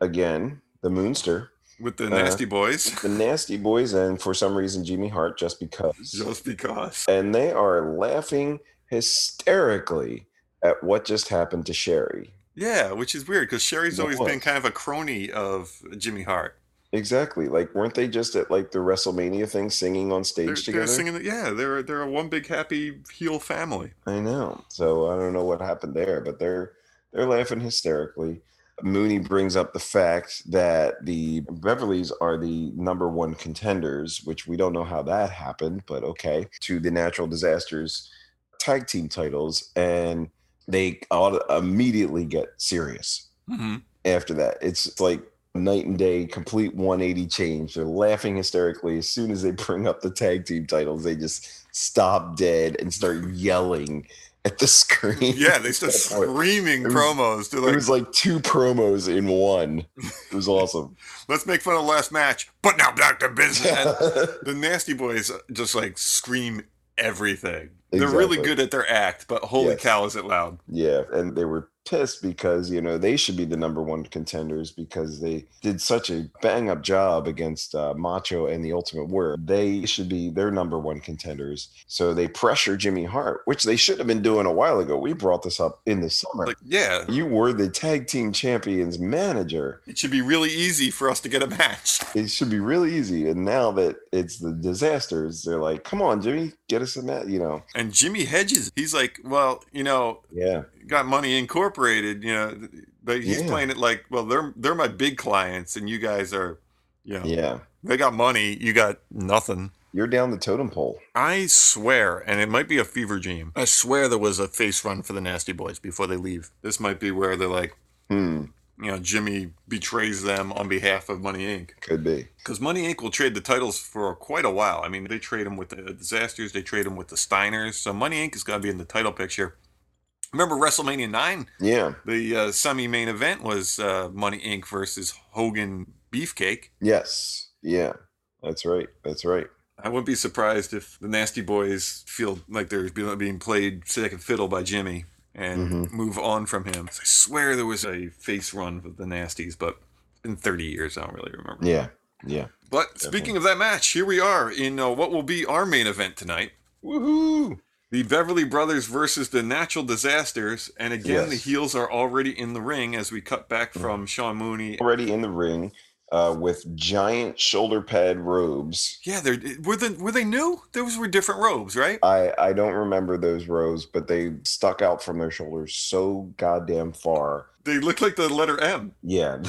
S1: again, the Moonster,
S2: with the nasty boys
S1: Uh-huh. the Nasty Boys, and for some reason Jimmy Hart, just because.
S2: just because
S1: And they are laughing hysterically at what just happened to Sherry.
S2: yeah which is weird because sherry's
S1: It
S2: always been
S1: was.
S2: kind of a crony of jimmy hart
S1: Exactly. Like, weren't they just at like the WrestleMania thing singing on stage
S2: they're,
S1: together?
S2: they're singing that yeah they're they're a one big happy heel family
S1: I know. So I don't know what happened there, but they're they're laughing hysterically. Mooney brings up the fact that the Beverleys are the number one contenders, which we don't know how that happened, but okay, to the natural disasters tag team titles, and they all immediately get serious
S2: mm-hmm.
S1: after that. It's like night and day, complete 180 change. They're laughing hysterically. As soon as they bring up the tag team titles, they just stop dead and start yelling at the screen.
S2: yeah they start
S1: That part.
S2: screaming
S1: It was-
S2: promos they're
S1: It
S2: like
S1: was like two promos in one. It was awesome.
S2: let's make fun of the last match but now back to business And
S1: yeah,
S2: the nasty boys just like scream everything they're really
S1: Exactly.
S2: good at their act but holy
S1: Yes.
S2: cow is it loud
S1: and they were pissed because, you know, they should be the number one contenders because they did such a bang up job against uh, Macho and the Ultimate Warrior. They should be their number one contenders. So they pressure Jimmy Hart, which they should have been doing a while ago. We brought this up in the summer.
S2: like yeah
S1: you were the tag team champions manager.
S2: it should be really easy for us to get a match
S1: it should be really easy. And now that it's the disasters, they're like, come on, Jimmy, get us in that, you know.
S2: and jimmy hedges he's like well you know
S1: Yeah.
S2: got money incorporated you know th- but he's
S1: Yeah.
S2: playing it like well they're they're my big clients and you guys are you know
S1: Yeah.
S2: they got money you got nothing
S1: You're down the totem pole.
S2: i swear and it might be a fever dream i swear there was a face run for the nasty boys before they leave this might be where they're like
S1: Hmm.
S2: you know jimmy betrays them on behalf of money inc
S1: Could be.
S2: because money inc will trade the titles for quite a while i mean they trade them with the disasters they trade them with the steiners so money inc is going to be in the title picture remember wrestlemania 9
S1: Yeah.
S2: The uh, semi-main event was uh, Money Inc. versus Hogan Beefcake.
S1: Yes. Yeah. That's right. That's right.
S2: I wouldn't be surprised if the Nasty Boys feel like they're be- being played second fiddle by Jimmy and
S1: Mhm.
S2: move on from him. 'Cause I swear there was a face run with the Nasties, but in 30 years, I don't really remember.
S1: Yeah. Yeah.
S2: But speaking of that match, here we are in uh, what will be our main event tonight.
S1: Woohoo.
S2: The Beverly Brothers versus the Natural Disasters. And again,
S1: Yes. Mm-hmm.
S2: the heels are already in the ring as we cut back from Sean Mooney
S1: Already in the ring uh, with giant shoulder pad robes.
S2: Yeah, they're were the were they new? Those were different robes, right?
S1: I, I don't remember those robes, but they stuck out from their shoulders so goddamn far.
S2: They look like the letter M.
S1: Yeah.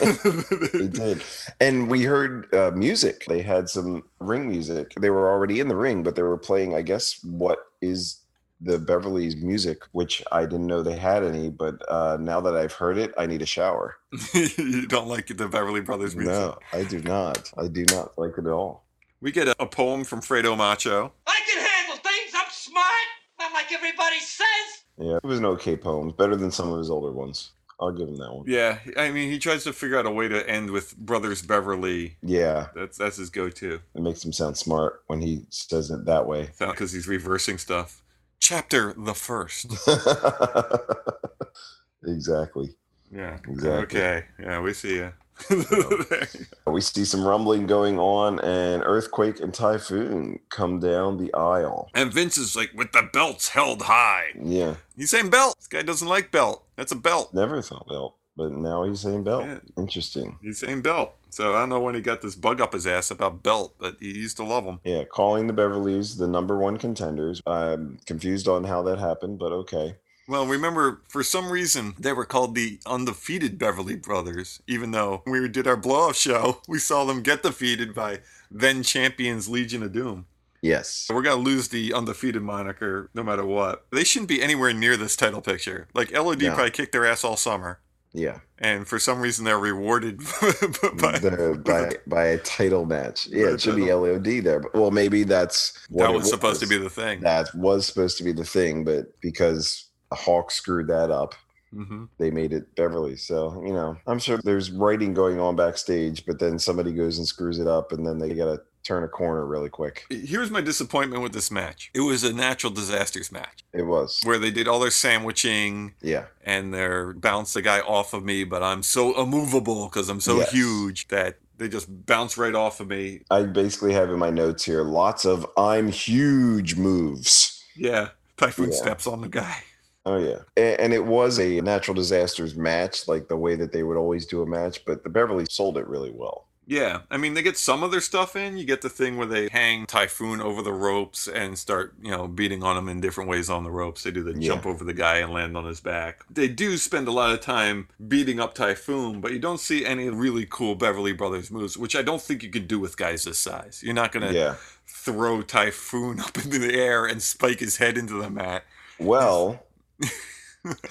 S1: They did. And we heard uh, music. They had some ring music. They were already in the ring, but they were playing, I guess, what is the Beverly's music, which I didn't know they had any, but uh, now that I've heard it, I need a shower.
S2: you don't like the Beverly Brothers music.
S1: No, I do not. I do not like it at all.
S2: We get a, a poem from Fredo Macho.
S4: I can handle things. I'm smart. Not like everybody says.
S1: Yeah, it was an okay poem. It's Better than some of his older ones. I'll give him that one.
S2: Yeah, I mean he tries to figure out a way to end with Brothers Beverly.
S1: Yeah,
S2: That's that's his go-to
S1: it makes him sound smart when he says it that way.
S2: because he's reversing stuff. Chapter the first.
S1: exactly.
S2: Yeah.
S1: Exactly.
S2: Okay. Yeah, we see ya.
S1: We see some rumbling going on, and earthquake and typhoon come down the aisle.
S2: and Vince is like, with the belts held high.
S1: Yeah,
S2: He's saying belt. This guy doesn't like belt. That's a belt.
S1: never thought belt, but now he's saying belt.
S2: Yeah.
S1: Interesting.
S2: He's saying belt. So I don't know when he got this bug up his ass about belt, but he used to love him.
S1: Yeah, calling the Beverleys the number one contenders. I'm confused on how that happened, but okay.
S2: Well, remember, for some reason, they were called the undefeated Beverly Brothers, even though when we did our blow off show, we saw them get defeated by then champions Legion of Doom.
S1: Yes.
S2: So we're going to lose the undefeated moniker no matter what. They shouldn't be anywhere near this title picture. Like, LOD
S1: No.
S2: probably kicked their ass all summer.
S1: Yeah.
S2: And for some reason, they're rewarded by,
S1: The, by by a title match. Yeah,
S2: By a
S1: it should be LOD there. But, well, maybe that's what
S2: that
S1: it
S2: was supposed to be the thing.
S1: That was supposed to be the thing, but because Hawk screwed that up,
S2: Mm-hmm.
S1: they made it Beverly. So, you know, I'm sure there's writing going on backstage, but then somebody goes and screws it up and then they got to turn a corner really quick.
S2: Here's my disappointment with this match. It was a natural disasters match
S1: It was.
S2: where they did all their sandwiching
S1: Yeah.
S2: and they're bounce the guy off of me, but I'm so immovable because I'm so
S1: Yes.
S2: huge that they just bounce right off of me.
S1: I basically have in my notes here lots of I'm huge moves.
S2: Yeah, Typhoon
S1: Yeah.
S2: steps on the guy.
S1: Oh, yeah. A- And it was a natural disasters match, like the way that they would always do a match, but the Beverly sold it really well.
S2: Yeah, I mean they get some of their stuff in. You get the thing where they hang Typhoon over the ropes and start, you know, beating on him in different ways on the ropes. They do the
S1: Yeah.
S2: jump over the guy and land on his back. They do spend a lot of time beating up Typhoon, but you don't see any really cool Beverly Brothers moves, which I don't think you could do with guys this size. You're not gonna
S1: Yeah.
S2: throw Typhoon up into the air and spike his head into the mat.
S1: Well,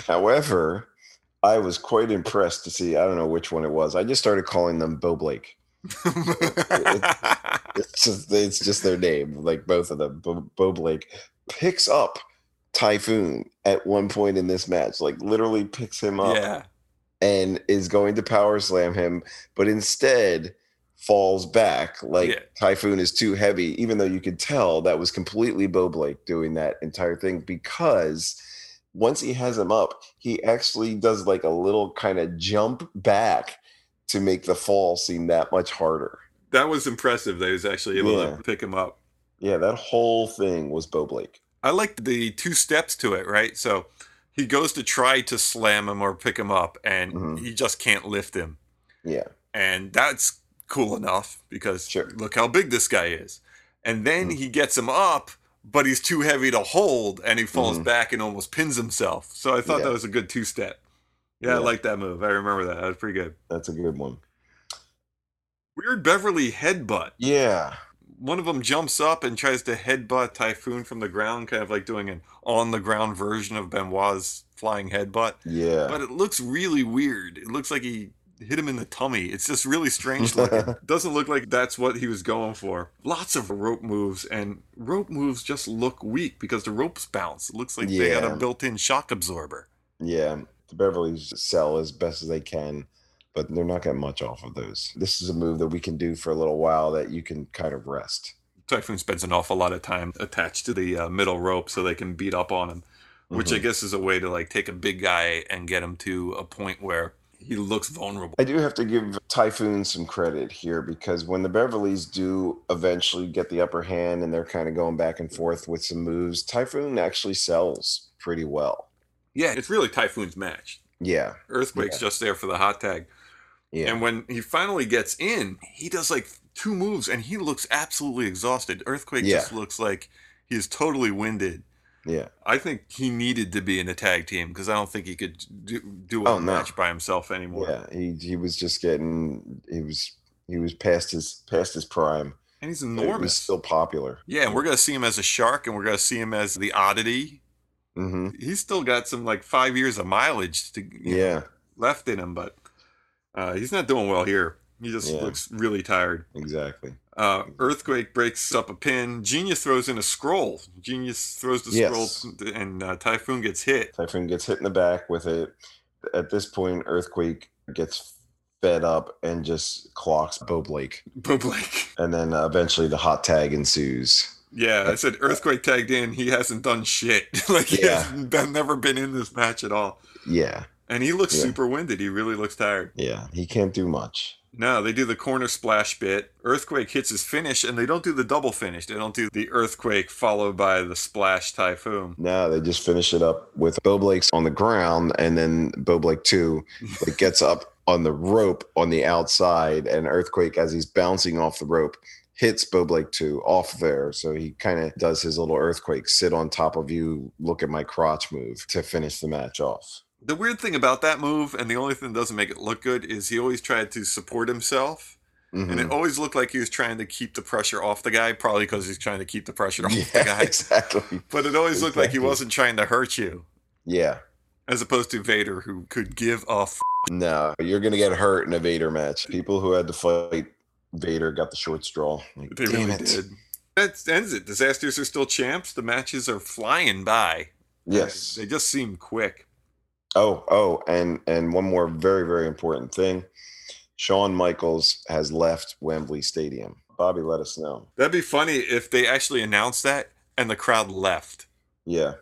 S1: however, I was quite impressed to see, I don't know which one it was. I just started calling them Bo Blake. it's just it's just their name, like both of them. Bo, Bo Blake picks up Typhoon at one point in this match, like literally picks him up
S2: yeah.
S1: and is going to power slam him, but instead falls back like
S2: Yeah.
S1: Typhoon is too heavy, even though you could tell that was completely Bo Blake doing that entire thing because once he has him up, he actually does like a little kind of jump back to make the fall seem that much harder.
S2: That was impressive. They was actually able
S1: Yeah.
S2: to pick him up.
S1: Yeah, that whole thing was Bo Blake.
S2: I like the two steps to it, right? So he goes to try to slam him or pick him up, and
S1: Mhm.
S2: he just can't lift him.
S1: Yeah.
S2: And that's cool enough because
S1: Sure. Mm-hmm.
S2: look how big this guy is. And then he gets him up, but he's too heavy to hold, and he falls
S1: Mhm.
S2: back and almost pins himself. So I thought
S1: Yeah.
S2: that was a good two step. Yeah, I
S1: Yeah.
S2: like that move. I remember that. That was pretty good.
S1: That's a good one.
S2: Weird Beverly headbutt.
S1: Yeah.
S2: One of them jumps up and tries to headbutt Typhoon from the ground, kind of like doing an on the ground version of Benoit's flying headbutt.
S1: Yeah.
S2: but it looks really weird. It looks like he hit him in the tummy. It's just really strange looking. Doesn't look like that's what he was going for. Lots of rope moves, and rope moves just look weak because the ropes bounce. It looks like they got
S1: Yeah.
S2: a built-in shock absorber.
S1: yeah. The Beverly's sell as best as they can, but they're not getting much off of those. This is a move that we can do for a little while that you can kind of rest.
S2: Typhoon spends an awful lot of time attached to the uh, middle rope so they can beat up on him, which I
S1: Mhm.
S2: guess is a way to like take a big guy and get him to a point where he looks vulnerable.
S1: I do have to give Typhoon some credit here because when the Beverlys do eventually get the upper hand and they're kind of going back and forth with some moves, Typhoon actually sells pretty well.
S2: Yeah, it's really Typhoon's match.
S1: Yeah.
S2: Earthquake's just there for the hot tag.
S1: Yeah.
S2: And when he finally gets in, he does like two moves and he looks absolutely exhausted. Earthquake
S1: Yeah.
S2: just looks like he is totally winded.
S1: yeah.
S2: I think he needed to be in a tag team because I don't think he could do, do a
S1: Oh, no.
S2: match by himself anymore.
S1: Yeah. He he was just getting he was he was past his past his prime.
S2: And he's
S1: but He was
S2: enormous.
S1: still popular.
S2: yeah, and we're going to see him as a shark and we're going to see him as the oddity.
S1: hmm
S2: He's still got some like five years of mileage to you know,
S1: Yeah,
S2: left in him, but uh, he's not doing well here. He just
S1: Yeah.
S2: looks really tired.
S1: exactly.
S2: Uh, Earthquake breaks up a pin. Genius throws in a scroll. Genius throws the
S1: Yes.
S2: scroll, and uh, Typhoon gets hit.
S1: Typhoon gets hit in the back with it. At this point, Earthquake gets fed up and just clocks Bo Blake.
S2: Boom, like,
S1: And then uh, eventually the hot tag ensues.
S2: yeah, I said Earthquake tagged in. He hasn't done shit. like, he
S1: Yeah.
S2: has been, never been in this match at all.
S1: Yeah,
S2: And he looks
S1: Yeah.
S2: super winded. He really looks tired.
S1: yeah. He can't do much.
S2: No, they do the corner splash bit. Earthquake hits his finish, and they don't do the double finish. They don't do the Earthquake followed by the splash Typhoon.
S1: No, they just finish it up with Bo Blake's on the ground, and then Bo Blake two like gets up on the rope on the outside, and Earthquake as he's bouncing off the rope hits Bo Blake two off there. So he kind of does his little Earthquake sit on top of you, look at my crotch move to finish the match off.
S2: The weird thing about that move, and the only thing that doesn't make it look good, is he always tried to support himself. And it
S1: Mhm.
S2: always looked like he was trying to keep the pressure off the guy, probably because he's trying to keep the pressure off the
S1: Mm-hmm. Yeah,
S2: guy.
S1: exactly.
S2: But it always looked like he
S1: Exactly.
S2: wasn't trying to hurt you,
S1: Yeah.
S2: as opposed to Vader, who could give a f-
S1: No, you're gonna get hurt in a Vader match. People who had to fight Vader got the short straw. Like,
S2: They
S1: Damn
S2: really
S1: it.
S2: did. That ends it. Disasters are still champs. The matches are flying by.
S1: Yes.
S2: They just seem quick.
S1: Oh, oh, and and one more very very important thing. Shawn Michaels has left Wembley Stadium. Bobby, let us know.
S2: That'd be funny if they actually announced that and the crowd left.
S1: Yeah,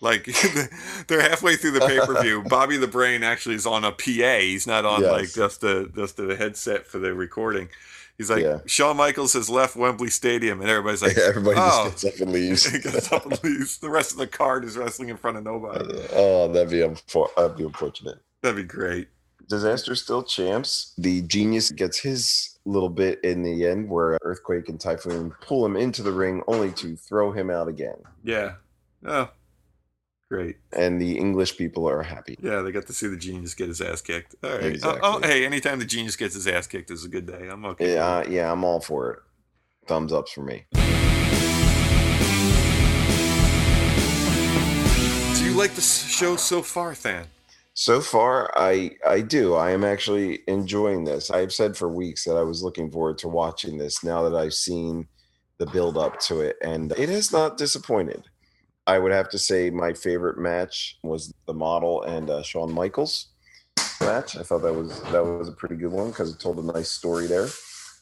S2: Like they're halfway through the pay per view. Bobby the Brain actually is on a PA. He's not on
S1: Yes.
S2: like just a just a headset for the recording. He's like
S1: Yeah.
S2: Shawn Michaels has left Wembley Stadium, and everybody's like,
S1: everybody
S2: oh.
S1: just gets up and leaves.
S2: he gets up and leaves. The rest of the card is wrestling in front of nobody.
S1: oh, that'd be unfor- that'd be unfortunate.
S2: That'd be great.
S1: Disaster still champs. The genius gets his little bit in the end where Earthquake and Typhoon pull him into the ring only to throw him out again.
S2: Yeah. Oh, great.
S1: And the English people are happy.
S2: Yeah, they got to see the genius get his ass kicked. All right.
S1: Exactly.
S2: Oh, oh, hey, anytime the genius gets his ass kicked is a good day. I'm okay.
S1: Yeah, yeah, I'm all for it. Thumbs ups for me.
S2: Do you like the s- show so far, Than?
S1: So far, I I do. I am actually enjoying this. I've said for weeks that I was looking forward to watching this. Now that I've seen the build up to it, and it has not disappointed. I would have to say my favorite match was the model and uh, Shawn Michaels match. I thought that was that was a pretty good one because it told a nice story there.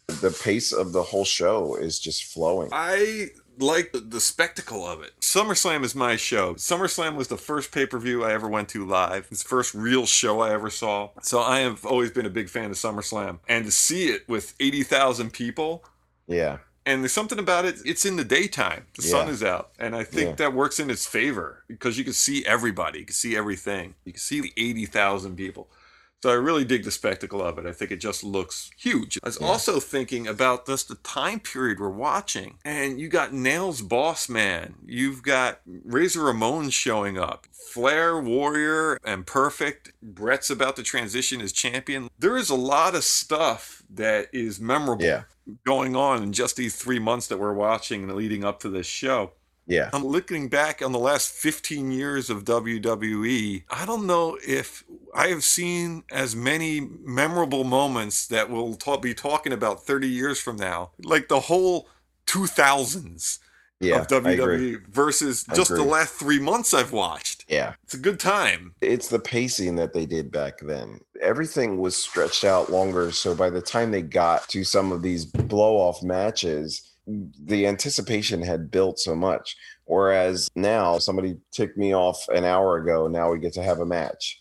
S1: The pace of the whole show is just flowing.
S2: I like the, the spectacle of it. SummerSlam is my show. SummerSlam was the first pay per view I ever went to live. It's the first real show I ever saw. So I have always been a big fan of SummerSlam. And to see it with 80,000 people,
S1: Yeah,
S2: and there's something about it, it's in the daytime. The sun
S1: Yeah.
S2: is out. And I think
S1: Yeah.
S2: that works in its favor because you can see everybody, you can see everything, you can see the 80,000 people. So I really dig the spectacle of it. I think it just looks huge. I was
S1: Yeah.
S2: also thinking about just the time period we're watching. And you got Nails Boss Man. You've got Razor Ramon showing up. Flair, Warrior, and Perfect. Brett's about to transition as champion. There is a lot of stuff that is memorable
S1: yeah,
S2: going on in just these three months that we're watching and leading up to this show.
S1: yeah.
S2: I'm looking back on the last 15 years of WWE. I don't know if I have seen as many memorable moments that we'll ta- be talking about 30 years from now, like the whole 2000s
S1: Yeah,
S2: of E.
S1: I agree.
S2: WWE versus
S1: I
S2: just the
S1: agree.
S2: last three months I've watched.
S1: Yeah.
S2: It's a good time.
S1: it's the pacing that they did back then. Everything was stretched out longer. So by the time they got to some of these blow off matches, the anticipation had built so much. Whereas now somebody ticked me off an hour ago. Now we get to have a match.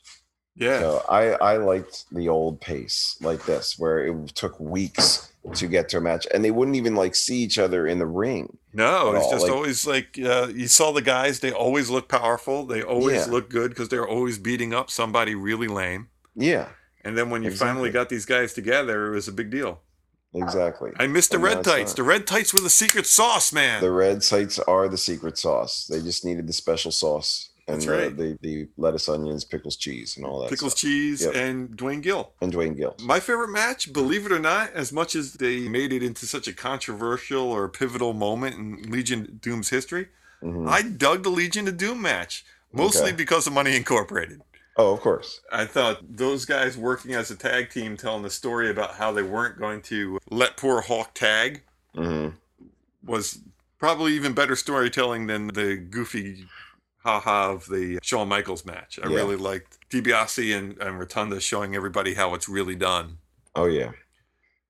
S2: Yeah.
S1: So I, I liked the old pace like this, where it took weeks to get to a match and they wouldn't even like see each other in the ring.
S2: No,
S1: at
S2: it's
S1: all,
S2: just
S1: like-
S2: always like uh, you saw the guys. They always look powerful. They always
S1: Yeah.
S2: look good because they're always beating up somebody really lame.
S1: Yeah,
S2: And then when you
S1: Exactly.
S2: finally got these guys together, it was a big deal.
S1: exactly.
S2: I missed the
S1: And
S2: red
S1: that's
S2: tights.
S1: not-
S2: The red tights were the secret sauce, man.
S1: The red sites are the secret sauce. They just needed the special sauce and
S2: That's
S1: the-
S2: right.
S1: the, the, lettuce, onions, pickles, cheese, and all that.
S2: Pickles,
S1: stuff.
S2: cheese,
S1: Yep.
S2: and Dwayne Gill.
S1: and Dwayne Gill.
S2: My favorite match, believe it or not, as much as they made it into such a controversial or pivotal moment in Legion of Doom's history,
S1: Mhm.
S2: I dug the Legion of Doom match mostly
S1: Okay.
S2: because of Money Incorporated.
S1: Oh, of course.
S2: I thought those guys working as a tag team telling the story about how they weren't going to let poor Hawk tag
S1: hmm
S2: was probably even better storytelling than the goofy haha of the Shawn Michaels match. I
S1: Yeah.
S2: really liked DiBiase and, and Rotunda showing everybody how it's really done.
S1: Oh yeah,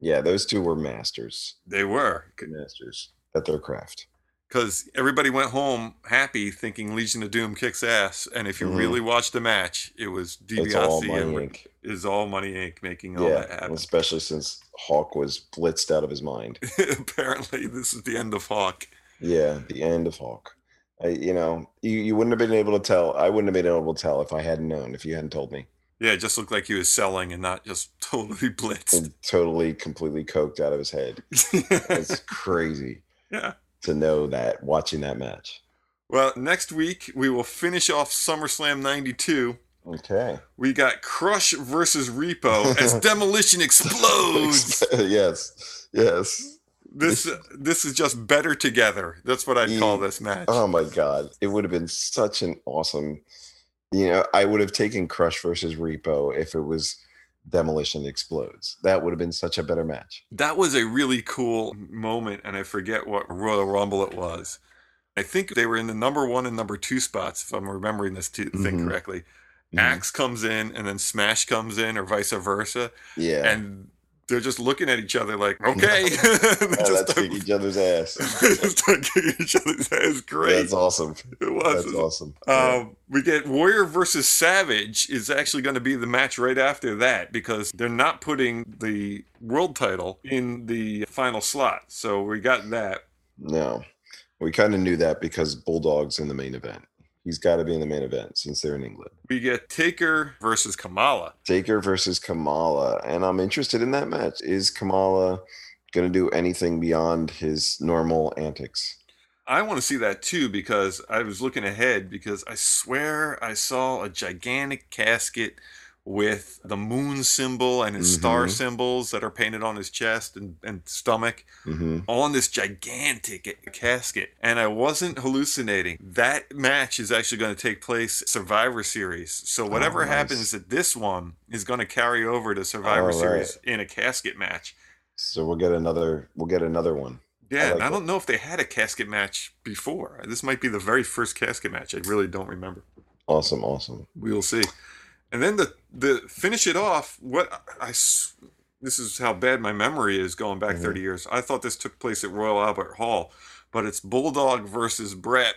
S1: yeah. Those two were masters,
S2: They were.
S1: masters at their craft.
S2: Because everybody went home happy thinking Legion of Doom kicks ass. And if you
S1: Mhm.
S2: really watched the match, it was
S1: It's all
S2: DiBiase and
S1: money
S2: Ro-
S1: ink.
S2: is all Money Inc. making all that
S1: Yeah,
S2: happen.
S1: especially since Hawk was blitzed out of his mind.
S2: Apparently, this is the end of Hawk.
S1: Yeah, the end of Hawk. I, you know, you, you wouldn't have been able to tell. I wouldn't have been able to tell if I hadn't known. If you hadn't told me,
S2: Yeah, it just looked like he was selling and not just totally blitzed.
S1: and totally, completely coked out of his head. It's crazy.
S2: yeah.
S1: to know that watching that match.
S2: Well, next week we will finish off SummerSlam 92.
S1: Okay.
S2: We got Crush versus Repo as Demolition explodes.
S1: yes. Yes.
S2: this this is just better together. That's what I'd call this match.
S1: Oh my God. It would have been such an awesome, you know, I would have taken Crush versus Repo if it was Demolition Explodes. That would have been such a better match.
S2: That was a really cool moment, and I forget what Royal Rumble it was. I think they were in the number one and number two spots, if I'm remembering this to- thing
S1: Mhm.
S2: correctly.
S1: Mhm.
S2: Axe comes in and then Smash comes in or vice versa.
S1: Yeah.
S2: And they're just looking at each other like, okay.
S1: Yeah,
S2: They just
S1: let's
S2: start-
S1: Oh, kick each other's ass.
S2: they just start kicking each other's ass. Great.
S1: That's awesome.
S2: it was.
S1: That's awesome.
S2: Um, we get Warrior versus Savage is actually going to be the match right after that because they're not putting the world title in the final slot. So we got that.
S1: no, we kind of knew that because Bulldog's in the main event. He's got to be in the main event since they're in England.
S2: We get Taker versus Kamala.
S1: Taker versus Kamala, and I'm interested in that match. Is Kamala going to do anything beyond his normal antics?
S2: I want to see that too because I was looking ahead because I swear I saw a gigantic casket with the moon symbol and his star
S1: Mhm.
S2: symbols that are painted on his chest and, and stomach.
S1: hmm
S2: on this gigantic casket. And I wasn't hallucinating. That match is actually going to take place Survivor Series. So whatever
S1: Oh, nice.
S2: happens at this one is going to carry over to Survivor
S1: All right.
S2: Series in a casket match.
S1: So we'll get another. We'll get another one.
S2: Yeah, and
S1: like
S2: I
S1: it.
S2: don't know if they had a casket match before. This might be the very first casket match. I really don't remember.
S1: Awesome, awesome.
S2: We will see. And then the the finish it off. What I s- this is how bad my memory is going back
S1: Mhm.
S2: thirty years. I thought this took place at Royal Albert Hall, but it's Bulldog versus Brett.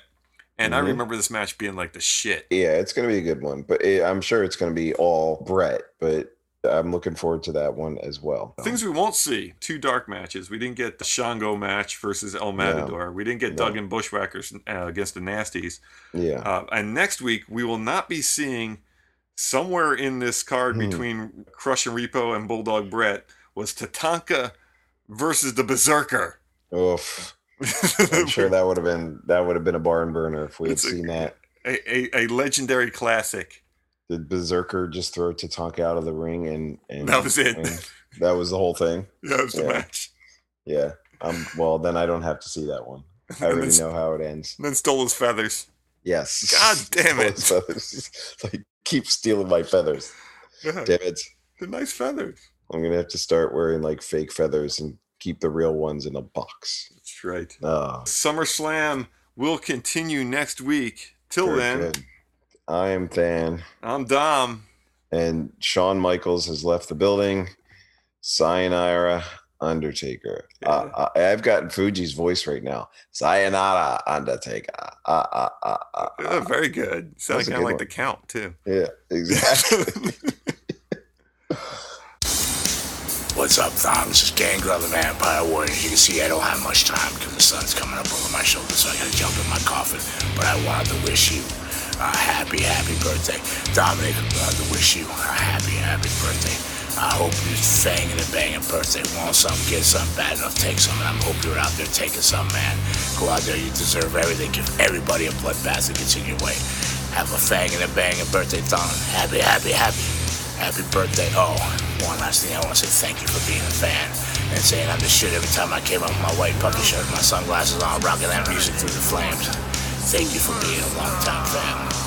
S2: And I
S1: Mhm.
S2: remember this match being like the shit.
S1: Yeah, it's going to be a good one, but it, I'm sure it's going to be all Brett. But I'm looking forward to that one as well.
S2: Things we won't see: two dark matches. We didn't get the Shango match versus El Matador. We didn't get
S1: No.
S2: Duggan Bushwhackers uh, against the Nasties.
S1: yeah.
S2: Uh, and next week we will not be seeing somewhere in this card
S1: Hmm.
S2: between Crush and Repo and Bulldog Brett was Tatanka versus the Berserker.
S1: Oof. I'm sure that would have been that would have been a barn burner if we had
S2: It's a-
S1: seen that.
S2: a, a, a legendary classic.
S1: Did Berserker just throw Tatanka out of the ring and, and
S2: That was it.
S1: and that was the whole thing.
S2: Yeah, it was the
S1: Yeah.
S2: match.
S1: Yeah. Um. Well, then I don't have to see that one. I
S2: And then,
S1: already know how it ends.
S2: and then stole his feathers.
S1: Yes.
S2: God damn
S1: All his
S2: it!
S1: feathers. like keep stealing my feathers.
S2: Yeah,
S1: Damn it!
S2: the nice feathers.
S1: I'm gonna have to start wearing like fake feathers and keep the real ones in a box.
S2: That's right.
S1: Oh,
S2: SummerSlam will continue next week. Till
S1: very
S2: then,
S1: good. I am Than.
S2: I'm Dom.
S1: and Shawn Michaels has left the building. Sayonara, Undertaker. Uh, I, I've gotten Fuji's voice right now. Sayonara, Undertaker. Uh, uh, uh, uh,
S2: Yeah,
S1: uh.
S2: very good. Sounds
S1: That's a
S2: kind of
S1: good one.
S2: like the Count too.
S1: Yeah, exactly.
S5: What's up, Thom? This is Gangrel the Vampire Warrior. As you can see, I don't have much time because the sun's coming up over my shoulder, so I gotta jump in my coffin. But I wanted to wish you a happy, happy birthday. Dominic, I wanted to wish you a happy, happy birthday. I hope you're fanging and banging birthday. Want some, get some, bad enough, take some. And I hope you're out there taking some, man. Go out there, you deserve everything. Give everybody a bloodbath that gets in your way. Have a fanging and banging birthday, Thom. Happy, happy, happy. Happy birthday. Oh, one last thing I want to say thank you for being a fan and saying I'm the shit every time I came up with my white puppy shirt, my sunglasses on, rocking that music through the flames. Thank you for being a long time fan.